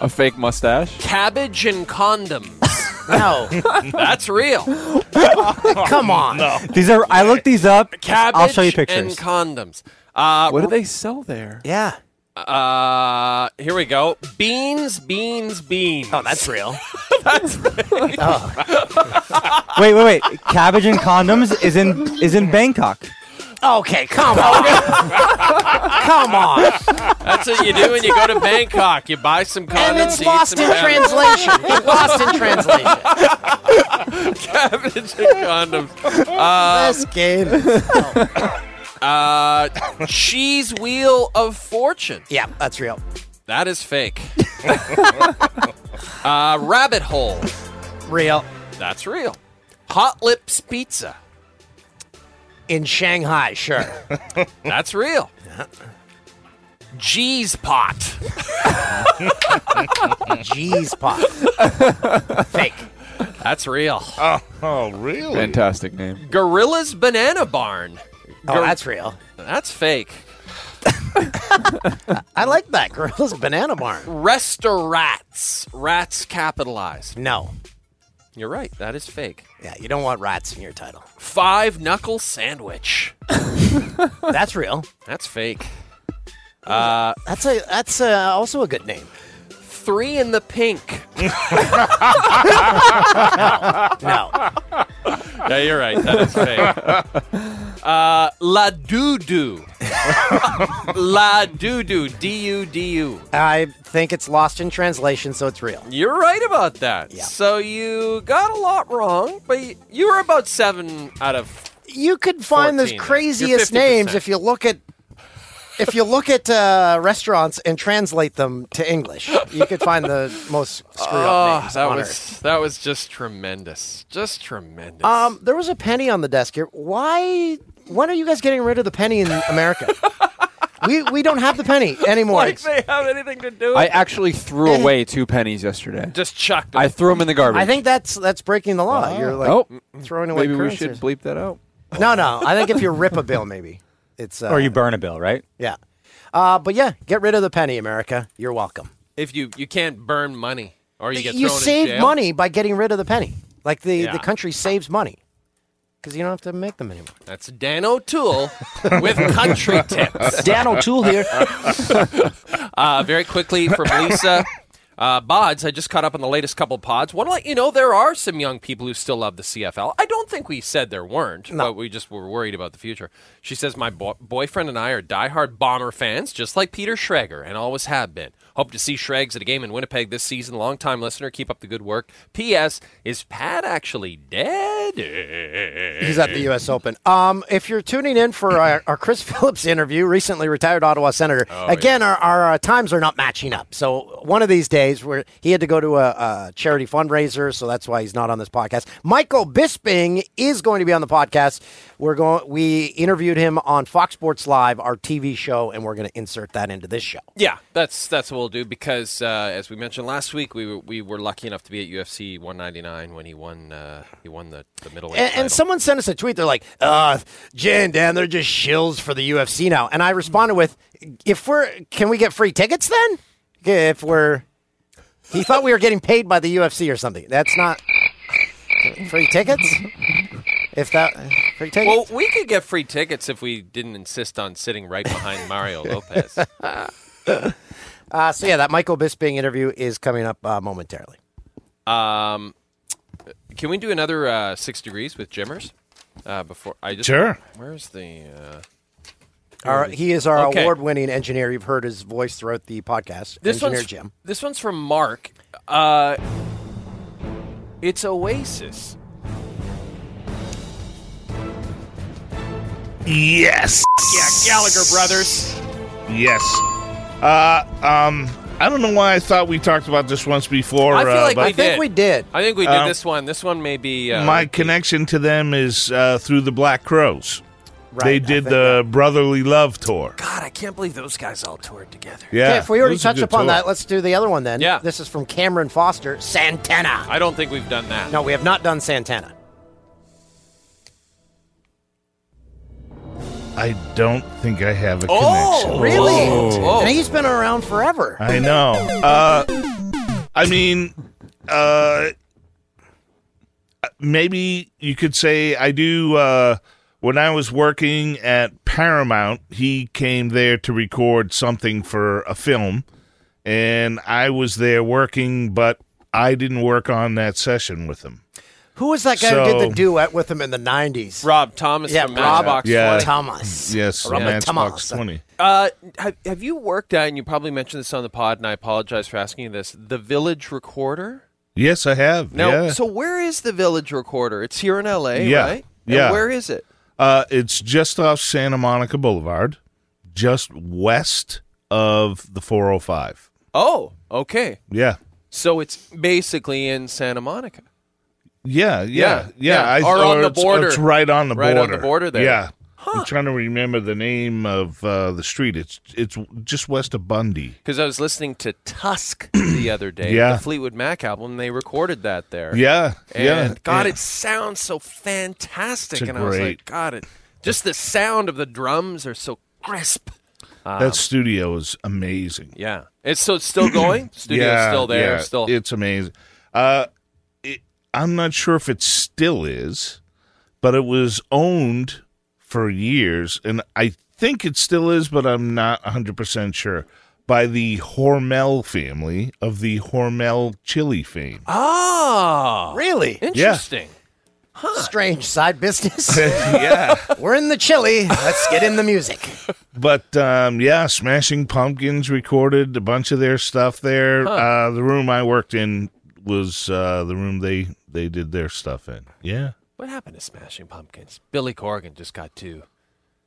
Speaker 15: A fake mustache?
Speaker 8: Cabbage and condom.
Speaker 3: No.
Speaker 8: That's real.
Speaker 3: Come on. No.
Speaker 11: These are. I looked these up.
Speaker 8: Cabbage
Speaker 11: I'll show you pictures.
Speaker 8: and condoms. Uh,
Speaker 11: What do
Speaker 8: they sell there?
Speaker 3: Yeah.
Speaker 8: Uh, here we go. Beans, beans, beans. Oh,
Speaker 3: that's real.
Speaker 8: that's real.
Speaker 11: wait, wait, wait. Cabbage and condoms is in is in Bangkok.
Speaker 3: Okay, come on. come on.
Speaker 8: That's what you do when you go to Bangkok. You buy some condoms.
Speaker 3: And it's
Speaker 8: you eat
Speaker 3: lost
Speaker 8: some
Speaker 3: in
Speaker 8: cabbage.
Speaker 3: translation. It's lost in translation.
Speaker 8: Cabbage and condoms. Uh,
Speaker 3: This game.
Speaker 8: Uh, cheese wheel of fortune.
Speaker 3: Yeah, that's real.
Speaker 8: That is fake. uh, rabbit hole.
Speaker 3: Real.
Speaker 8: That's real. Hot Lips Pizza.
Speaker 3: In Shanghai, sure.
Speaker 8: That's real. Jeez pot.
Speaker 3: Jeez pot. Fake.
Speaker 8: That's real.
Speaker 9: Oh, oh really?
Speaker 15: Fantastic name.
Speaker 8: Gorilla's Banana Barn.
Speaker 3: Oh, that's real.
Speaker 8: That's fake.
Speaker 3: I like that. Gorilla's Banana Barn.
Speaker 8: Restorats. Rats capitalized.
Speaker 3: No.
Speaker 8: You're right. That is fake.
Speaker 3: Yeah, you don't want rats in your title.
Speaker 8: Five knuckle sandwich.
Speaker 3: That's real.
Speaker 8: That's fake. Uh,
Speaker 3: That's a that's uh also a good name.
Speaker 8: three in the pink.
Speaker 3: No,
Speaker 8: Yeah, you're right. That is fake. Uh, la doo doo. la doo doo. D U D U.
Speaker 3: I think it's lost in translation, so it's real.
Speaker 8: You're right about that. So you got a lot wrong, but y- you were about seven out of.
Speaker 3: You could find the
Speaker 8: 14.
Speaker 3: craziest
Speaker 8: You're 50%.
Speaker 3: names if you look at if you look at uh, restaurants and translate them to English. You could find the most screwed up
Speaker 8: Oh,
Speaker 3: names
Speaker 8: that
Speaker 3: on
Speaker 8: was
Speaker 3: earth.
Speaker 8: that was just tremendous, just tremendous.
Speaker 3: Um, there was a penny on the desk here. Why? When are you guys getting rid of the penny in America? we we don't have the penny anymore.
Speaker 8: like they have anything to do? With
Speaker 15: I actually threw away two pennies yesterday.
Speaker 8: just chucked.
Speaker 15: I threw them in the garbage.
Speaker 3: I think that's that's breaking the law. You're like
Speaker 15: Oh.
Speaker 3: throwing away
Speaker 15: maybe we
Speaker 3: currency.
Speaker 15: should bleep that out.
Speaker 3: No, no. I think if you rip a bill, maybe it's uh,
Speaker 11: Or you burn a bill, right?
Speaker 3: yeah. Uh, but yeah, get rid of the penny, America. You're welcome.
Speaker 8: If you you can't burn money, or you get
Speaker 3: you
Speaker 8: thrown in
Speaker 3: save
Speaker 8: jail.
Speaker 3: money by getting rid of the penny. Like the,
Speaker 8: Yeah.
Speaker 3: the country saves money because you don't have to make them anymore.
Speaker 8: That's Dan O'Toole with country tips.
Speaker 3: Dan O'Toole here.
Speaker 8: Uh, very quickly from Lisa. Uh, Bods, I just caught up on the latest couple pods. Want to let you know there are some young people who still love the CFL. I don't think we said there weren't, but we just were worried about the future. She says, My bo- boyfriend and I are diehard Bomber fans, just like Peter Schrager, and always have been. Hope to see Schrags at a game in Winnipeg this season. Longtime listener, keep up the good work. P.S. Is Pat actually dead?
Speaker 3: He's at the U.S. Open. Um, if you're tuning in for our, our Chris Phillips interview, recently retired Ottawa Senator, again, our, our uh, times are not matching up. So one of these days, where he had to go to a, a charity fundraiser, so that's why he's not on this podcast. Michael Bisping is going to be on the podcast. We're going. We interviewed him on Fox Sports Live, our TV show, and we're going to insert that into this show.
Speaker 8: Yeah, that's that's what we'll do because uh, as we mentioned last week, we were, we were lucky enough to be at UFC 199 when he won uh, he won the, the middleweight.
Speaker 3: And, and
Speaker 8: title.
Speaker 3: someone sent us a tweet. They're like, uh, Jay and Dan, they're just shills for the UFC now. And I responded with, if we're, can we get free tickets then? If we're, he thought we were getting paid by the UFC or something. That's not free tickets. If that, free tickets.
Speaker 8: well, we could get free tickets if we didn't insist on sitting right behind Mario Lopez.
Speaker 3: uh, so yeah, that Michael Bisping interview is coming up uh, momentarily.
Speaker 8: Um, can we do another uh, six degrees with Jimmers? Uh, before I just
Speaker 9: Sure.
Speaker 8: Where's the uh,
Speaker 3: Our, he is our
Speaker 8: Okay.
Speaker 3: award-winning engineer. You've heard his voice throughout the podcast.
Speaker 8: this
Speaker 3: engineer
Speaker 8: one's
Speaker 3: Jim.
Speaker 8: this one's from Mark. Uh, it's Oasis.
Speaker 9: Yes.
Speaker 8: Yeah, Gallagher brothers.
Speaker 9: Yes. Uh, um, I don't know why I thought we talked about this once before.
Speaker 8: I feel
Speaker 9: uh,
Speaker 8: like
Speaker 9: but
Speaker 8: we did.
Speaker 3: we did.
Speaker 8: I think we did
Speaker 9: Um,
Speaker 8: this one. This one may be uh,
Speaker 9: my connection to them is uh, through the Black Crows.
Speaker 3: Right, I
Speaker 9: they did
Speaker 3: think
Speaker 9: the Brotherly Love tour.
Speaker 8: God, I can't believe those guys all toured together.
Speaker 9: Yeah.
Speaker 3: Okay, if we already
Speaker 9: those are
Speaker 3: touched
Speaker 9: good
Speaker 3: upon
Speaker 9: tour.
Speaker 3: that, let's do the other one then.
Speaker 8: Yeah.
Speaker 3: This is from Cameron Foster, Santana.
Speaker 8: I don't think we've done that.
Speaker 3: No, we have not done Santana.
Speaker 9: I don't think I have a
Speaker 8: Oh,
Speaker 9: connection.
Speaker 3: Really?
Speaker 8: Oh.
Speaker 3: And he's been around forever.
Speaker 9: I know. Uh, I mean, uh, maybe you could say I do. Uh, when I was working at Paramount, he came there to record something for a film, and I was there working, but I didn't work on that session with him.
Speaker 3: Who was that guy who did
Speaker 9: So-
Speaker 3: the duet with him in the '90s?
Speaker 8: Rob Thomas
Speaker 3: Yeah,
Speaker 8: from
Speaker 3: Rob
Speaker 8: Matchbox
Speaker 9: Yeah.
Speaker 8: 20.
Speaker 3: Thomas.
Speaker 9: Yes,
Speaker 3: Robert
Speaker 9: Matchbox
Speaker 3: Thomas.
Speaker 9: Twenty.
Speaker 8: Uh, have, have you worked at, and you probably mentioned this on the pod, and I apologize for asking you this, the Village Recorder?
Speaker 9: Yes, I have.
Speaker 8: No.
Speaker 9: yeah.
Speaker 8: So where is the Village Recorder? It's here in L.A.,
Speaker 9: yeah,
Speaker 8: right? And
Speaker 9: yeah.
Speaker 8: where is it?
Speaker 9: Uh, it's just off Santa Monica Boulevard, just west of the 405.
Speaker 8: Oh, okay.
Speaker 9: Yeah.
Speaker 8: So it's basically in Santa Monica.
Speaker 9: Yeah, yeah,
Speaker 8: Yeah,
Speaker 9: yeah.
Speaker 8: yeah. Or on the
Speaker 9: it's-
Speaker 8: border.
Speaker 9: It's right on the
Speaker 8: Right
Speaker 9: border.
Speaker 8: on the border there.
Speaker 9: Yeah. I'm trying to remember the name of uh, the street. It's it's just west of Bundy.
Speaker 8: Because I was listening to Tusk the other day,
Speaker 9: Yeah.
Speaker 8: the Fleetwood Mac album. and They recorded that there.
Speaker 9: Yeah,
Speaker 8: and
Speaker 9: yeah,
Speaker 8: God,
Speaker 9: yeah.
Speaker 8: it sounds so fantastic.
Speaker 9: It's a
Speaker 8: and I was like,
Speaker 9: great-
Speaker 8: God, it just the sound of the drums are so crisp. Um,
Speaker 9: that studio is amazing.
Speaker 8: yeah. It's so it's still going. Studio's
Speaker 9: Yeah,
Speaker 8: still there.
Speaker 9: yeah,
Speaker 8: Still.
Speaker 9: It's amazing. Uh, it, I'm not sure if it still is, but it was owned for years, and I think it still is, but I'm not 100% sure, by the Hormel family of the Hormel chili fame.
Speaker 8: Ah,
Speaker 3: really?
Speaker 9: Interesting.
Speaker 3: Strange side business.
Speaker 9: yeah,
Speaker 3: we're in the chili. Let's get in the music.
Speaker 9: But um, yeah, Smashing Pumpkins recorded a bunch of their stuff there. Uh, the room I worked in was uh, the room they, they did their stuff in. Yeah.
Speaker 8: What happened to Smashing Pumpkins? Billy Corgan just got two.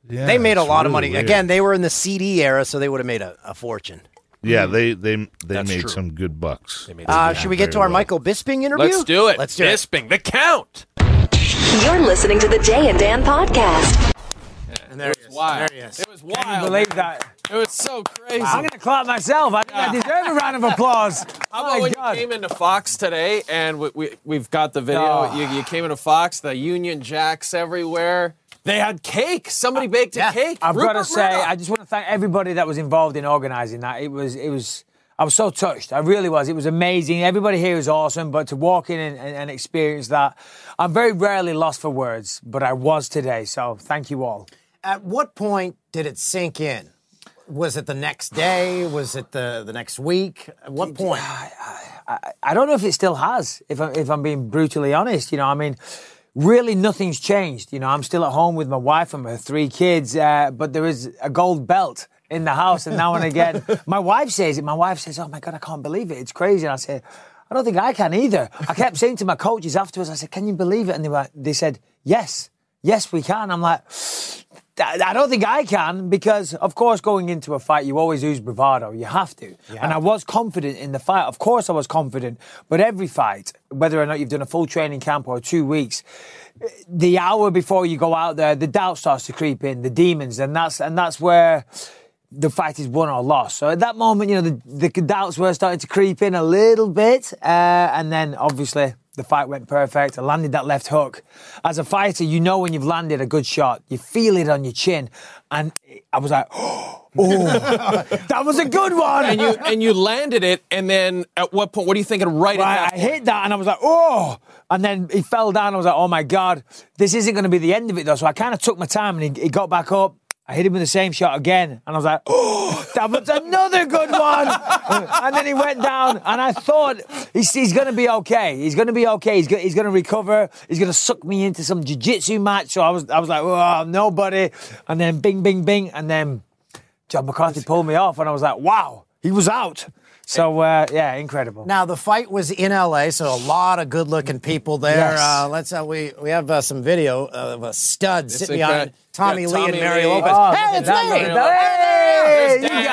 Speaker 9: Yeah,
Speaker 3: they made a
Speaker 9: it's
Speaker 3: lot of money.
Speaker 9: really weird.
Speaker 3: Again, they were in the CD era, so they would have made a, a fortune.
Speaker 9: Yeah,
Speaker 3: Mm.
Speaker 9: they they they made
Speaker 8: true.
Speaker 9: some good bucks. They made
Speaker 3: Uh, should we get to our Michael Bisping interview?
Speaker 8: Let's do it.
Speaker 3: Let's do it.
Speaker 8: Bisping, the count.
Speaker 10: You're listening to the Jay and Dan podcast.
Speaker 3: And there
Speaker 8: It's wild. It was wild.
Speaker 16: I believe that.
Speaker 8: It was so crazy.
Speaker 16: I'm going to clap myself. I think I deserve a round of applause.
Speaker 8: How
Speaker 16: Oh My
Speaker 8: about when
Speaker 16: God.
Speaker 8: you came into Fox today and we, we, we've got the video?
Speaker 16: Ah.
Speaker 8: You, you came into Fox, the Union Jacks everywhere. They had cake. Somebody
Speaker 16: Uh,
Speaker 8: baked a cake.
Speaker 16: I've got to
Speaker 8: Rupert
Speaker 16: say,
Speaker 8: Murdoch.
Speaker 16: I just want to thank everybody that was involved in organising that. It was, it was, I was so touched. I really was. It was amazing. Everybody here was awesome, but to walk in and, and, and experience that, I'm very rarely lost for words, but I was today. So thank you all.
Speaker 3: At what point did it sink in? Was it the next day? Was it the, the next week? At what point?
Speaker 16: I don't know if it still has. If I'm, if I'm being brutally honest, you know, I mean, really nothing's changed. You know, I'm still at home with my wife and my three kids, uh, but there is a gold belt in the house, and now and again, my wife says it. My wife says, "Oh my god, I can't believe it. It's crazy." And I say, "I don't think I can either." I kept saying to my coaches afterwards, I said, "Can you believe it?" And they were, they said, "Yes, yes, we can." I'm like. I I don't think I can because, of course, going into a fight, you always use bravado. You have to. And I was confident in the fight. Of course, I was confident. But every fight, whether or not you've done a full training camp or two weeks, the hour before you go out there, the doubt starts to creep in, the demons, and that's and that's where the fight is won or lost. So at that moment, you know, the, the doubts were starting to creep in a little bit, uh, and then obviously the fight went perfect. I landed that left hook. As a fighter, you know when you've landed a good shot, you feel it on your chin, and I was like, oh, that was a good one.
Speaker 8: and you and you landed it, and then at what point? What are you thinking? Right, at
Speaker 16: Right,
Speaker 8: that
Speaker 16: I
Speaker 8: point?
Speaker 16: hit that and I was like, oh. And then he fell down. I was like, oh my God, this isn't going to be the end of it though. So I kind of took my time and he, he got back up. I hit him with the same shot again. And I was like, oh, that was another good one. and then he went down. And I thought, he's, he's going to be okay. He's going to be okay. He's, go- he's going to recover. He's going to suck me into some jiu jitsu match. So I was, I was like, oh, nobody. And then bing, bing, bing. And then John McCarthy pulled me off. And I was like, wow, he was out. So, uh, yeah, incredible.
Speaker 3: Now the fight was in LA, so a lot of good-looking people there.
Speaker 16: Yes.
Speaker 3: Uh, let's uh, we we have uh, some video of a stud
Speaker 16: It's
Speaker 3: sitting
Speaker 16: a guy-
Speaker 3: behind Tommy
Speaker 16: yeah,
Speaker 3: Lee and
Speaker 16: Tommy
Speaker 3: Mary
Speaker 16: Lee.
Speaker 3: Lopez.
Speaker 16: Oh,
Speaker 3: hey,
Speaker 16: look
Speaker 3: it's
Speaker 16: at
Speaker 3: me!
Speaker 16: that. Hey,
Speaker 3: There's
Speaker 16: you
Speaker 3: Dan.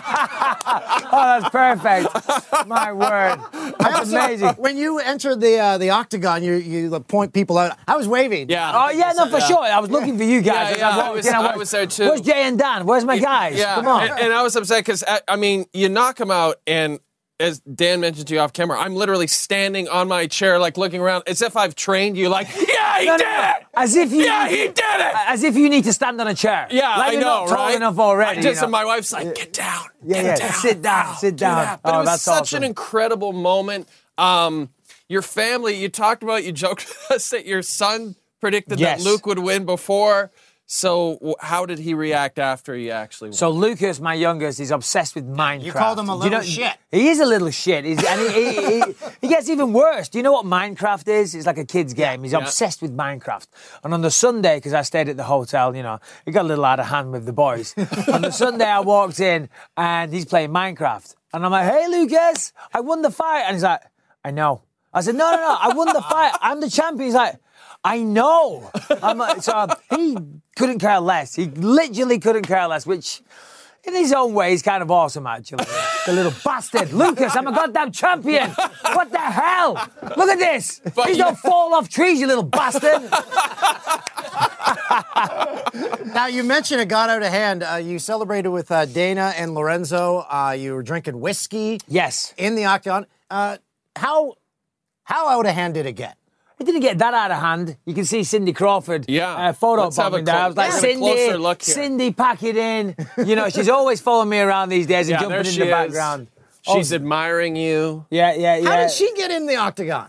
Speaker 16: guys. oh, that's perfect. My word,
Speaker 3: I
Speaker 16: that's
Speaker 3: also-
Speaker 16: amazing.
Speaker 3: When you entered the uh, the octagon, you you point people out. I was waving.
Speaker 8: Yeah.
Speaker 16: Oh yeah, no for sure. I was looking for you guys.
Speaker 8: Yeah, yeah, I
Speaker 16: walked
Speaker 8: was-
Speaker 16: in,
Speaker 8: I
Speaker 16: went,
Speaker 8: was there too.
Speaker 16: Where's Jay and Dan? Where's my guys?
Speaker 8: Yeah,
Speaker 16: Come on.
Speaker 8: And, and I was upset because I, I mean, you knock him out, and as Dan mentioned to you off camera, I'm literally standing on my chair, like looking around, as if I've trained you. Like, yeah, he
Speaker 16: No, no,
Speaker 8: did
Speaker 16: no.
Speaker 8: it.
Speaker 16: As if you.
Speaker 8: Yeah, he did it.
Speaker 16: As if you need to stand on a chair.
Speaker 8: Yeah,
Speaker 16: like
Speaker 8: I
Speaker 16: you're
Speaker 8: know,
Speaker 16: not tall
Speaker 8: right?
Speaker 16: Enough already.
Speaker 8: I just,
Speaker 16: you know?
Speaker 8: and my wife's like, get down.
Speaker 16: Yeah,
Speaker 8: get
Speaker 16: yeah.
Speaker 8: Down,
Speaker 16: Sit down. Sit
Speaker 8: do
Speaker 16: down.
Speaker 8: that. But
Speaker 16: oh,
Speaker 8: it was
Speaker 16: that's
Speaker 8: such
Speaker 16: awesome.
Speaker 8: an incredible moment. Um, your family. You talked about. You joked with us that your son predicted
Speaker 3: Yes.
Speaker 8: that Luke would win before. So w- how did he react after he actually?
Speaker 3: So
Speaker 16: uh,
Speaker 3: Lucas, my youngest, is obsessed with Minecraft. You
Speaker 8: called him a little shit.
Speaker 3: He is a little shit. He's, and he, he, he, he gets even worse. Do you know what Minecraft is? It's like a kid's game. He's
Speaker 13: Yeah.
Speaker 3: obsessed with Minecraft. And on the Sunday, because I stayed at the hotel, you know, it got a little out of hand with the boys. on the Sunday, I walked in and he's playing Minecraft. And I'm like, hey, Lucas, I won the fight. And he's like, I know. I said, no, no, no, I won the fight. I'm the champion. He's like, I know. I'm like, so um, he couldn't care less. He literally couldn't care less, which in his own way is kind of awesome, actually. the little bastard. Lucas, I'm a goddamn champion. What the hell? Look at this. Please don't fall off trees, you little bastard.
Speaker 13: now you mentioned it got out of hand. Uh, you celebrated with uh, Dana and Lorenzo. Uh, you were drinking whiskey.
Speaker 3: Yes.
Speaker 13: In the octagon. Uh, how how out of hand did it get?
Speaker 3: It didn't get that out of hand. You can see Cindy Crawford. Yeah. Uh, photo
Speaker 13: Let's have a
Speaker 3: bombing there. I
Speaker 13: clo-
Speaker 3: was like,
Speaker 13: let's have a
Speaker 3: Cindy,
Speaker 13: closer look here."
Speaker 3: Cindy, pack it in. You know, she's always following me around these days and
Speaker 8: Yeah,
Speaker 3: jumping
Speaker 8: there
Speaker 3: in
Speaker 8: she
Speaker 3: the
Speaker 8: is.
Speaker 3: background.
Speaker 8: She's
Speaker 3: Oh,
Speaker 8: admiring you.
Speaker 3: yeah, yeah, yeah.
Speaker 13: How did she get in the octagon?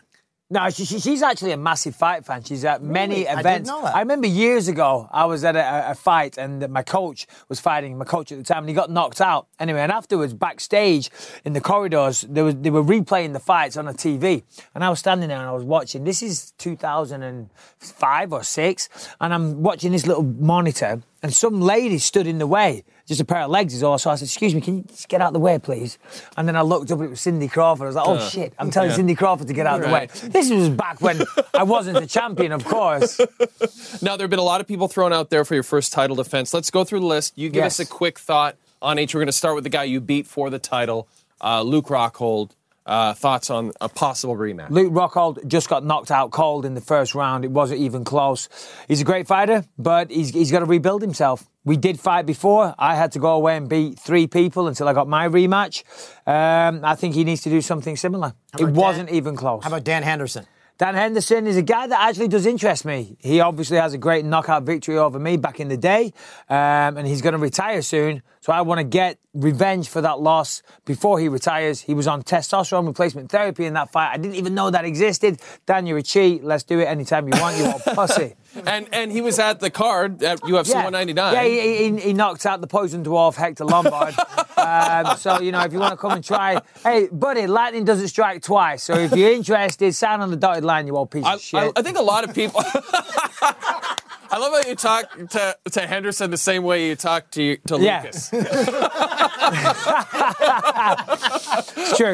Speaker 3: No, she, she, she's actually a massive fight fan. She's at many
Speaker 13: Really? I
Speaker 3: events.
Speaker 13: didn't know that.
Speaker 3: remember years ago, I was at a, a- a fight and my coach was fighting my coach at the time, and he got knocked out. Anyway, and afterwards, backstage in the corridors, there was they were replaying the fights on a TV, and I was standing there and I was watching. This is 2005 or six, and I'm watching this little monitor, and some lady stood in the way. Just a pair of legs is all. So I said, "Excuse me, can you just get out of the way, please?" And then I looked up, and it was Cindy Crawford. I was like, "Oh
Speaker 13: Uh,
Speaker 3: shit!" I'm telling
Speaker 13: yeah.
Speaker 3: Cindy Crawford to get out of the way.
Speaker 8: Right.
Speaker 3: This was back when I wasn't the champion, of course.
Speaker 8: Now there have been a lot of people thrown out there for your first title defense. Let's go through the list. You give
Speaker 3: Yes.
Speaker 8: us a quick thought on each. We're going to start with the guy you beat for the title, uh, Luke Rockhold. Uh, thoughts on a possible rematch?
Speaker 3: Luke Rockhold just got knocked out cold in the first round. It wasn't even close. He's a great fighter, but he's, he's got to rebuild himself. We did fight before. I had to go away and beat three people until I got my rematch. Um, I think he needs to do something similar. It wasn't even close. How
Speaker 13: about Dan Henderson?
Speaker 3: Dan Henderson is a guy that actually does interest me. He obviously has a great knockout victory over me back in the day, um, and he's going to retire soon. So I want to get revenge for that loss before he retires. He was on testosterone replacement therapy in that fight. I didn't even know that existed. Dan, you're a cheat. Let's do it anytime you want, you old pussy.
Speaker 8: and and he was at the card at UFC
Speaker 3: Yeah.
Speaker 8: 199.
Speaker 3: Yeah, he, he, he knocked out the poison dwarf Hector Lombard. um, so you know, if you want to come and try, hey, buddy, lightning doesn't strike twice. So if you're interested, sign on the dotted line, you old piece of shit.
Speaker 8: I, I think a lot of people. I love how you talk to, to Henderson the same way you talk to to
Speaker 3: Yeah.
Speaker 8: Lucas.
Speaker 3: it's true.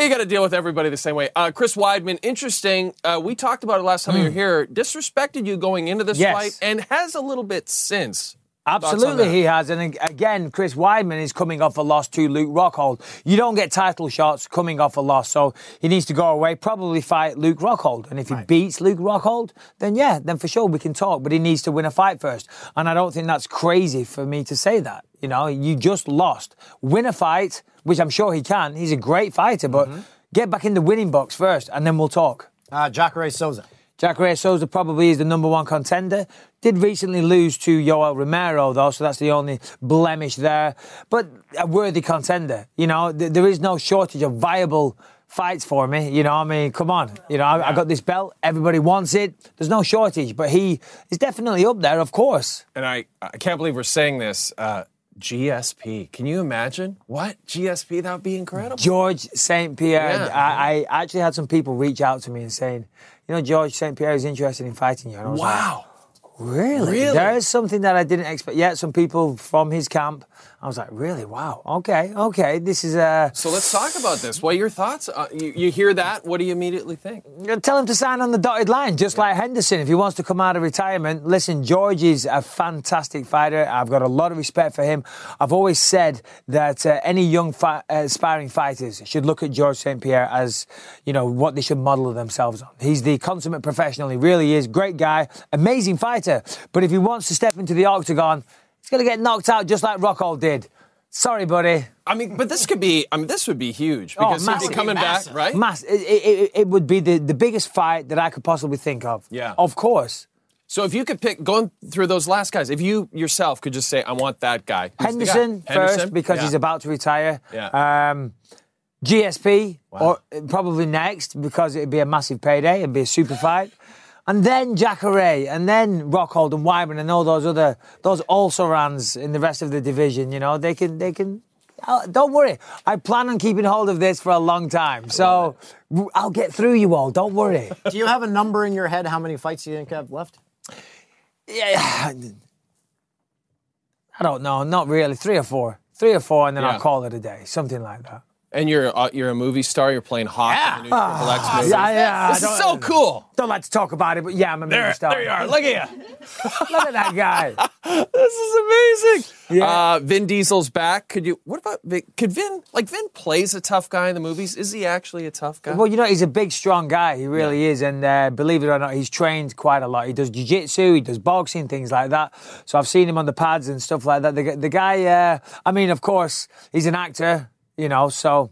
Speaker 8: you got to deal with everybody the same way. Uh, Chris Weidman, interesting. Uh, we talked about it last time you were here. Disrespected you going into this
Speaker 3: Mm. Yes.
Speaker 8: fight and has a little bit since. Thoughts on
Speaker 3: Absolutely,
Speaker 8: that?
Speaker 3: he has. And ag- again, Chris Weidman is coming off a loss to Luke Rockhold. You don't get title shots coming off a loss, so he needs to go away, probably fight Luke Rockhold. And if he beats Luke Rockhold, then yeah, then for sure we can talk, but he needs to win a fight first. And I don't think that's crazy for me to say that. You know, you just lost. Win a fight, which I'm sure he can. He's a great fighter, but get back in the winning box first, and then we'll talk.
Speaker 13: Mm-hmm. Uh, Jacare Souza.
Speaker 3: Jacare Souza probably is the number one contender. Did recently lose to Yoel Romero, though, so that's the only blemish there. But a worthy contender. You know, th- there is no shortage of viable fights for me. You know, I mean, come on. You know, I, I got this belt. Everybody wants it. There's no shortage, but he is definitely up there, of course.
Speaker 8: And I, I can't believe we're saying this. Uh, GSP. Can you imagine? What? GSP? That would be incredible.
Speaker 3: George St. Pierre.
Speaker 8: Yeah.
Speaker 3: I, I actually had some people reach out to me and saying, you know, George St. Pierre is interested in fighting you. And I was like,
Speaker 8: Wow.
Speaker 3: Really?
Speaker 8: Really?
Speaker 3: There is something that I didn't expect. Yeah, some people from his camp. I was like, really? Wow. Okay, okay. This is uh, a.
Speaker 8: So let's talk about this. What are your thoughts? Uh, you, you hear that? What do you immediately think?
Speaker 3: Tell him to sign on the dotted line, just like Henderson. If he wants to come out of retirement, listen, George is a fantastic fighter. I've got a lot of respect for him. I've always said that uh, any young fi- uh, aspiring fighters should look at George St. Pierre as, you know, what they should model themselves on. He's the consummate professional. He really is. Great guy, amazing fighter. But if he wants to step into the octagon, he's going to get knocked out just like Rockhold did. Sorry, buddy.
Speaker 8: I mean, but this could be. I mean, this would be huge
Speaker 3: Oh,
Speaker 8: because he'd
Speaker 3: massive.
Speaker 8: be coming
Speaker 3: Massive.
Speaker 8: back, right?
Speaker 3: Mass- It, it- it- it would be the, the biggest fight that I could possibly think of.
Speaker 8: Yeah.
Speaker 3: Of course.
Speaker 8: So if you could pick going through those last guys, if you yourself could just say, "I want that guy," Who's the guy?
Speaker 3: Henderson first because
Speaker 8: Yeah.
Speaker 3: he's about to retire.
Speaker 8: Yeah.
Speaker 3: Um, GSP, or uh, probably next because it'd be a massive payday. It'd be a super fight. And then Jacare, and then Rockhold and Wyman, and all those other those also rans in the rest of the division. You know, they can they can. uh, don't worry, I plan on keeping hold of this for a long time. So w- I'll get through you all. Don't worry.
Speaker 7: Do you have a number in your head how many fights you think have left?
Speaker 3: Yeah. I don't know, not really. Three or four, three or four, and then
Speaker 8: Yeah.
Speaker 3: I'll call it a day, something like that.
Speaker 8: And you're uh, you're a movie star. You're playing Hawk in the new Triple X
Speaker 3: Ah,
Speaker 8: movie.
Speaker 3: yeah, yeah.
Speaker 8: This is so cool.
Speaker 3: Don't like to talk about it, but yeah, I'm a
Speaker 8: There-
Speaker 3: movie star.
Speaker 8: there you are. Look at
Speaker 3: you. Look at that guy.
Speaker 8: this is amazing. Uh, Vin Diesel's back. Could you? What about Vin, could Vin? Like Vin plays a tough guy in the movies. Is he actually a tough guy?
Speaker 3: Well, you know, he's a big, strong guy. He really is. And uh, believe it or not, he's trained quite a lot. He does jiu-jitsu, he does boxing, things like that. So I've seen him on the pads and stuff like that. The, gu- the guy, uh, I mean, of course, he's an actor, you know, so,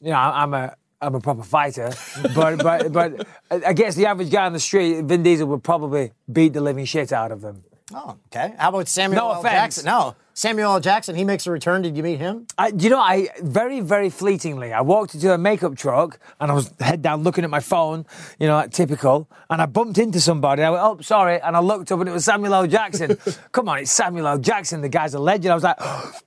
Speaker 3: you know, I- I'm a... I'm a proper fighter, but but but I guess the average guy on the street, Vin Diesel would probably beat the living shit out of them.
Speaker 7: Oh, okay. How about Samuel
Speaker 3: No
Speaker 7: L.
Speaker 3: offense.
Speaker 7: Jackson? No, Samuel L. Jackson. He makes a return. Did you meet him?
Speaker 3: I, you know, I very, very fleetingly, I walked into a makeup truck and I was head down looking at my phone, you know, like typical. And I bumped into somebody. I went, oh, sorry. And I looked up and it was Samuel L. Jackson. Come on, it's Samuel L. Jackson. The guy's a legend. I was like,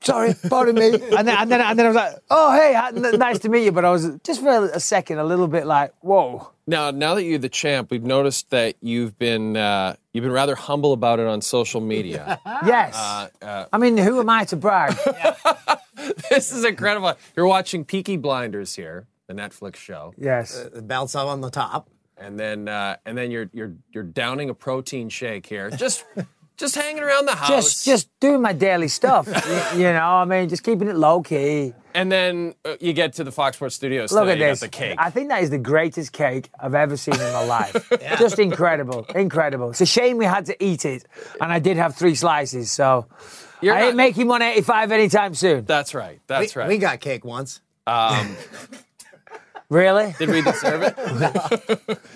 Speaker 3: sorry, pardon me. And then, and, then, and then I was like, oh, hey, hi- n- nice to meet you. But I was just for a second a little bit like, whoa.
Speaker 8: Now, now that you're the champ, we've noticed that you've been uh, you've been rather humble about it on social media.
Speaker 3: Yes.
Speaker 8: Uh, uh,
Speaker 3: I mean, who am I to brag?
Speaker 8: this is incredible. You're watching Peaky Blinders here, the Netflix show.
Speaker 3: Yes.
Speaker 7: Uh, bounce up on the top.
Speaker 8: And then uh, and then you're you're you're downing a protein shake here. Just just hanging around the house.
Speaker 3: Just, just doing my daily stuff. y- you know, I mean, just keeping it low key.
Speaker 8: And then uh, you get to the Fox Sports studios.
Speaker 3: Look
Speaker 8: today,
Speaker 3: at
Speaker 8: you got
Speaker 3: this.
Speaker 8: the cake.
Speaker 3: I think that is the greatest cake I've ever seen in my life. Just incredible, incredible. It's a shame we had to eat it, and I did have three slices, so I ain't making 185 anytime soon.
Speaker 8: That's right. That's
Speaker 7: we,
Speaker 8: right.
Speaker 7: We got cake once.
Speaker 8: Um,
Speaker 3: really?
Speaker 8: Did we deserve it?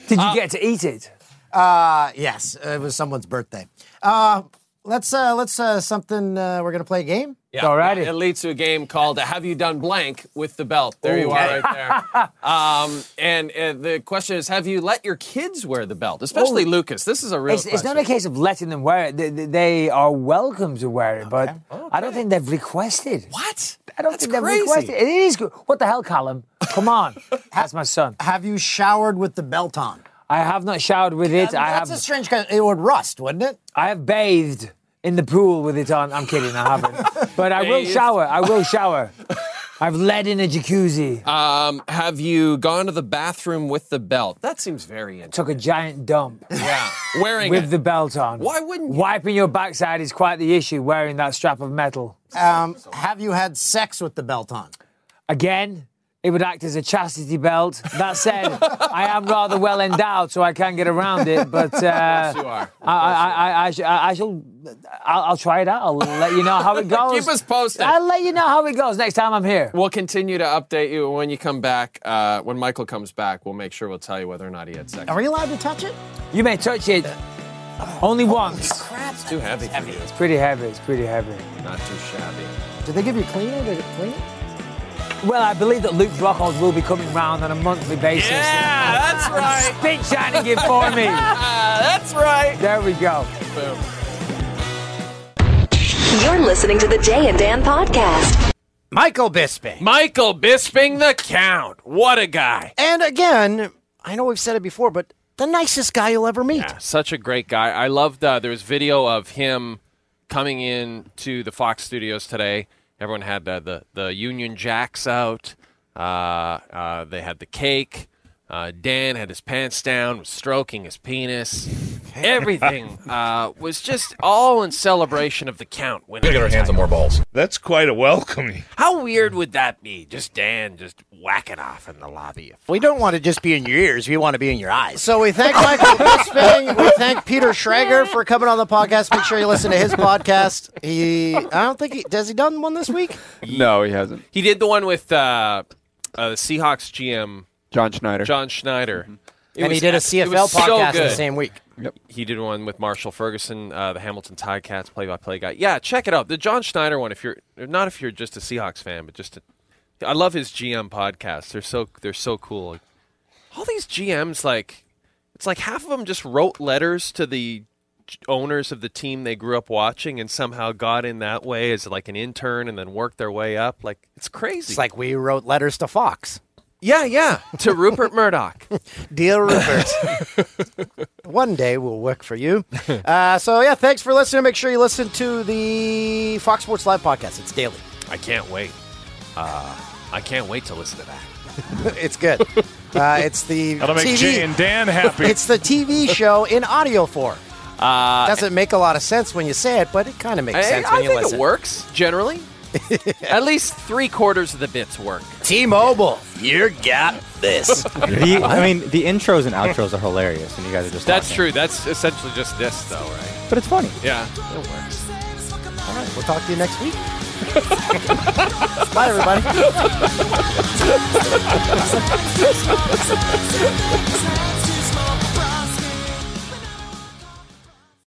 Speaker 3: Did you get to eat it?
Speaker 7: Uh, yes, it was someone's birthday. Uh, let's uh, let's uh, something. Uh, we're gonna play a game.
Speaker 8: Yeah. It leads to a game called Have You Done Blank with the Belt. There you are
Speaker 7: Okay.
Speaker 8: right there. um, and uh, the question is Have you let your kids wear the belt? Especially
Speaker 3: Oh.
Speaker 8: Lucas. This is a real
Speaker 3: It's, it's
Speaker 8: question.
Speaker 3: not a case of letting them wear it. They, they- they are welcome to wear it, but I don't think they've requested.
Speaker 8: What?
Speaker 3: I don't
Speaker 7: That's
Speaker 3: think they've
Speaker 7: crazy.
Speaker 3: requested. It is good. What the hell, Callum? Come on. That's my son.
Speaker 7: Have you showered with the belt on?
Speaker 3: I have not showered with it.
Speaker 7: Uh,
Speaker 3: I
Speaker 7: that's
Speaker 3: have.
Speaker 7: a strange. kind- It would rust, wouldn't it?
Speaker 3: I have bathed in the pool with it on. I'm kidding, I haven't. But I will
Speaker 8: Bathed.
Speaker 3: shower. I will shower. I've led in a jacuzzi.
Speaker 8: Um, have you gone to the bathroom with the belt? That seems very interesting.
Speaker 3: Took a giant dump.
Speaker 8: Yeah. Wearing
Speaker 3: with
Speaker 8: it.
Speaker 3: the belt on. Why wouldn't you? Wiping your backside is quite the issue wearing that strap of metal.
Speaker 7: Um, have you had sex with the belt on?
Speaker 3: Again, it would act as a chastity belt. That said, I am rather well endowed, so I can get around it. But uh,
Speaker 8: Yes, you are.
Speaker 3: I, I, I, I, sh- I, I shall. I'll, I'll try it out. I'll let you know how it goes.
Speaker 8: Keep us posted.
Speaker 3: I'll let you know how it goes next time I'm here.
Speaker 8: We'll continue to update you when you come back. Uh, when Michael comes back, we'll make sure we'll tell you whether or not he had sex.
Speaker 7: Are we allowed to touch it?
Speaker 3: You may touch it only once.
Speaker 8: It's too heavy. for you.
Speaker 3: It's pretty heavy. It's pretty heavy.
Speaker 8: Not too shabby.
Speaker 7: Did they give you cleaner? Did it clean it?
Speaker 3: Well, I believe that Luke Brockhold will be coming round on a monthly basis. Yeah,
Speaker 8: that's right.
Speaker 3: Spit shining it for me.
Speaker 8: Ah, that's right.
Speaker 3: There we go.
Speaker 8: Boom.
Speaker 2: You're listening to the Jay and Dan podcast.
Speaker 7: Michael Bisping.
Speaker 8: Michael Bisping, the Count. What a guy.
Speaker 7: And again, I know we've said it before, but the nicest guy you'll ever meet.
Speaker 8: Such a great guy. I loved. Uh, there was video of him coming in to the Fox studios today. Everyone had uh, the the Union Jacks out. Uh, uh, they had the cake. Uh, Dan had his pants down, was stroking his penis. Everything uh, was just all in celebration of the Count winning. the title.
Speaker 9: balls. That's quite a welcoming.
Speaker 8: How weird would that be? Just Dan just whacking off in the lobby.
Speaker 17: We don't want to just be in your ears. We want to be in your eyes.
Speaker 7: So we thank Michael Bisping. We thank Peter Schrager for coming on the podcast. Make sure you listen to his podcast. He, I don't think he does. He done one this week.
Speaker 18: No, he hasn't.
Speaker 8: He did the one with uh, uh, the Seahawks GM
Speaker 18: John Schneider. Mm-hmm.
Speaker 8: John Schneider, It
Speaker 7: and he
Speaker 8: was-
Speaker 7: did a
Speaker 8: it
Speaker 7: CFL
Speaker 8: was so
Speaker 7: podcast the
Speaker 8: good.
Speaker 7: same week.
Speaker 8: He did one with Marshall Ferguson, uh, the Hamilton Tide Cats play-by-play guy. Yeah, check it out. The John Schneider one. If you're not if you're just a Seahawks fan, but just a, I love his GM podcasts. They're so they're so cool. All these GMs like it's like half of them just wrote letters to the g- owners of the team they grew up watching and somehow got in that way as like an intern and then worked their way up. Like it's crazy.
Speaker 13: It's like we wrote letters to Fox.
Speaker 8: Yeah, yeah. To Rupert Murdoch.
Speaker 13: Dear Rupert. One day will work for you. Uh, so, yeah, thanks for listening. Make sure you listen to the Fox Sports Live podcast. It's daily.
Speaker 8: I can't wait. Uh, I can't wait to listen to that.
Speaker 13: it's good. Uh, it's the
Speaker 8: That'll make
Speaker 13: TV
Speaker 8: Jay and Dan happy.
Speaker 13: it's the TV show in audio form.
Speaker 8: Uh,
Speaker 13: Doesn't make a lot of sense when you say it, but it kind of makes
Speaker 8: I,
Speaker 13: sense
Speaker 8: I
Speaker 13: when you
Speaker 8: think
Speaker 13: listen.
Speaker 8: it works generally. At least three quarters of the bits work.
Speaker 13: T-Mobile,
Speaker 8: you got this.
Speaker 3: The- I mean, the intros and outros are hilarious, and you guys are just.
Speaker 8: that's
Speaker 3: laughing.
Speaker 8: true. That's essentially just this, though, right?
Speaker 3: But it's funny.
Speaker 8: Yeah, it works.
Speaker 13: All right, we'll talk to you next week. Bye, everybody.
Speaker 19: Bye.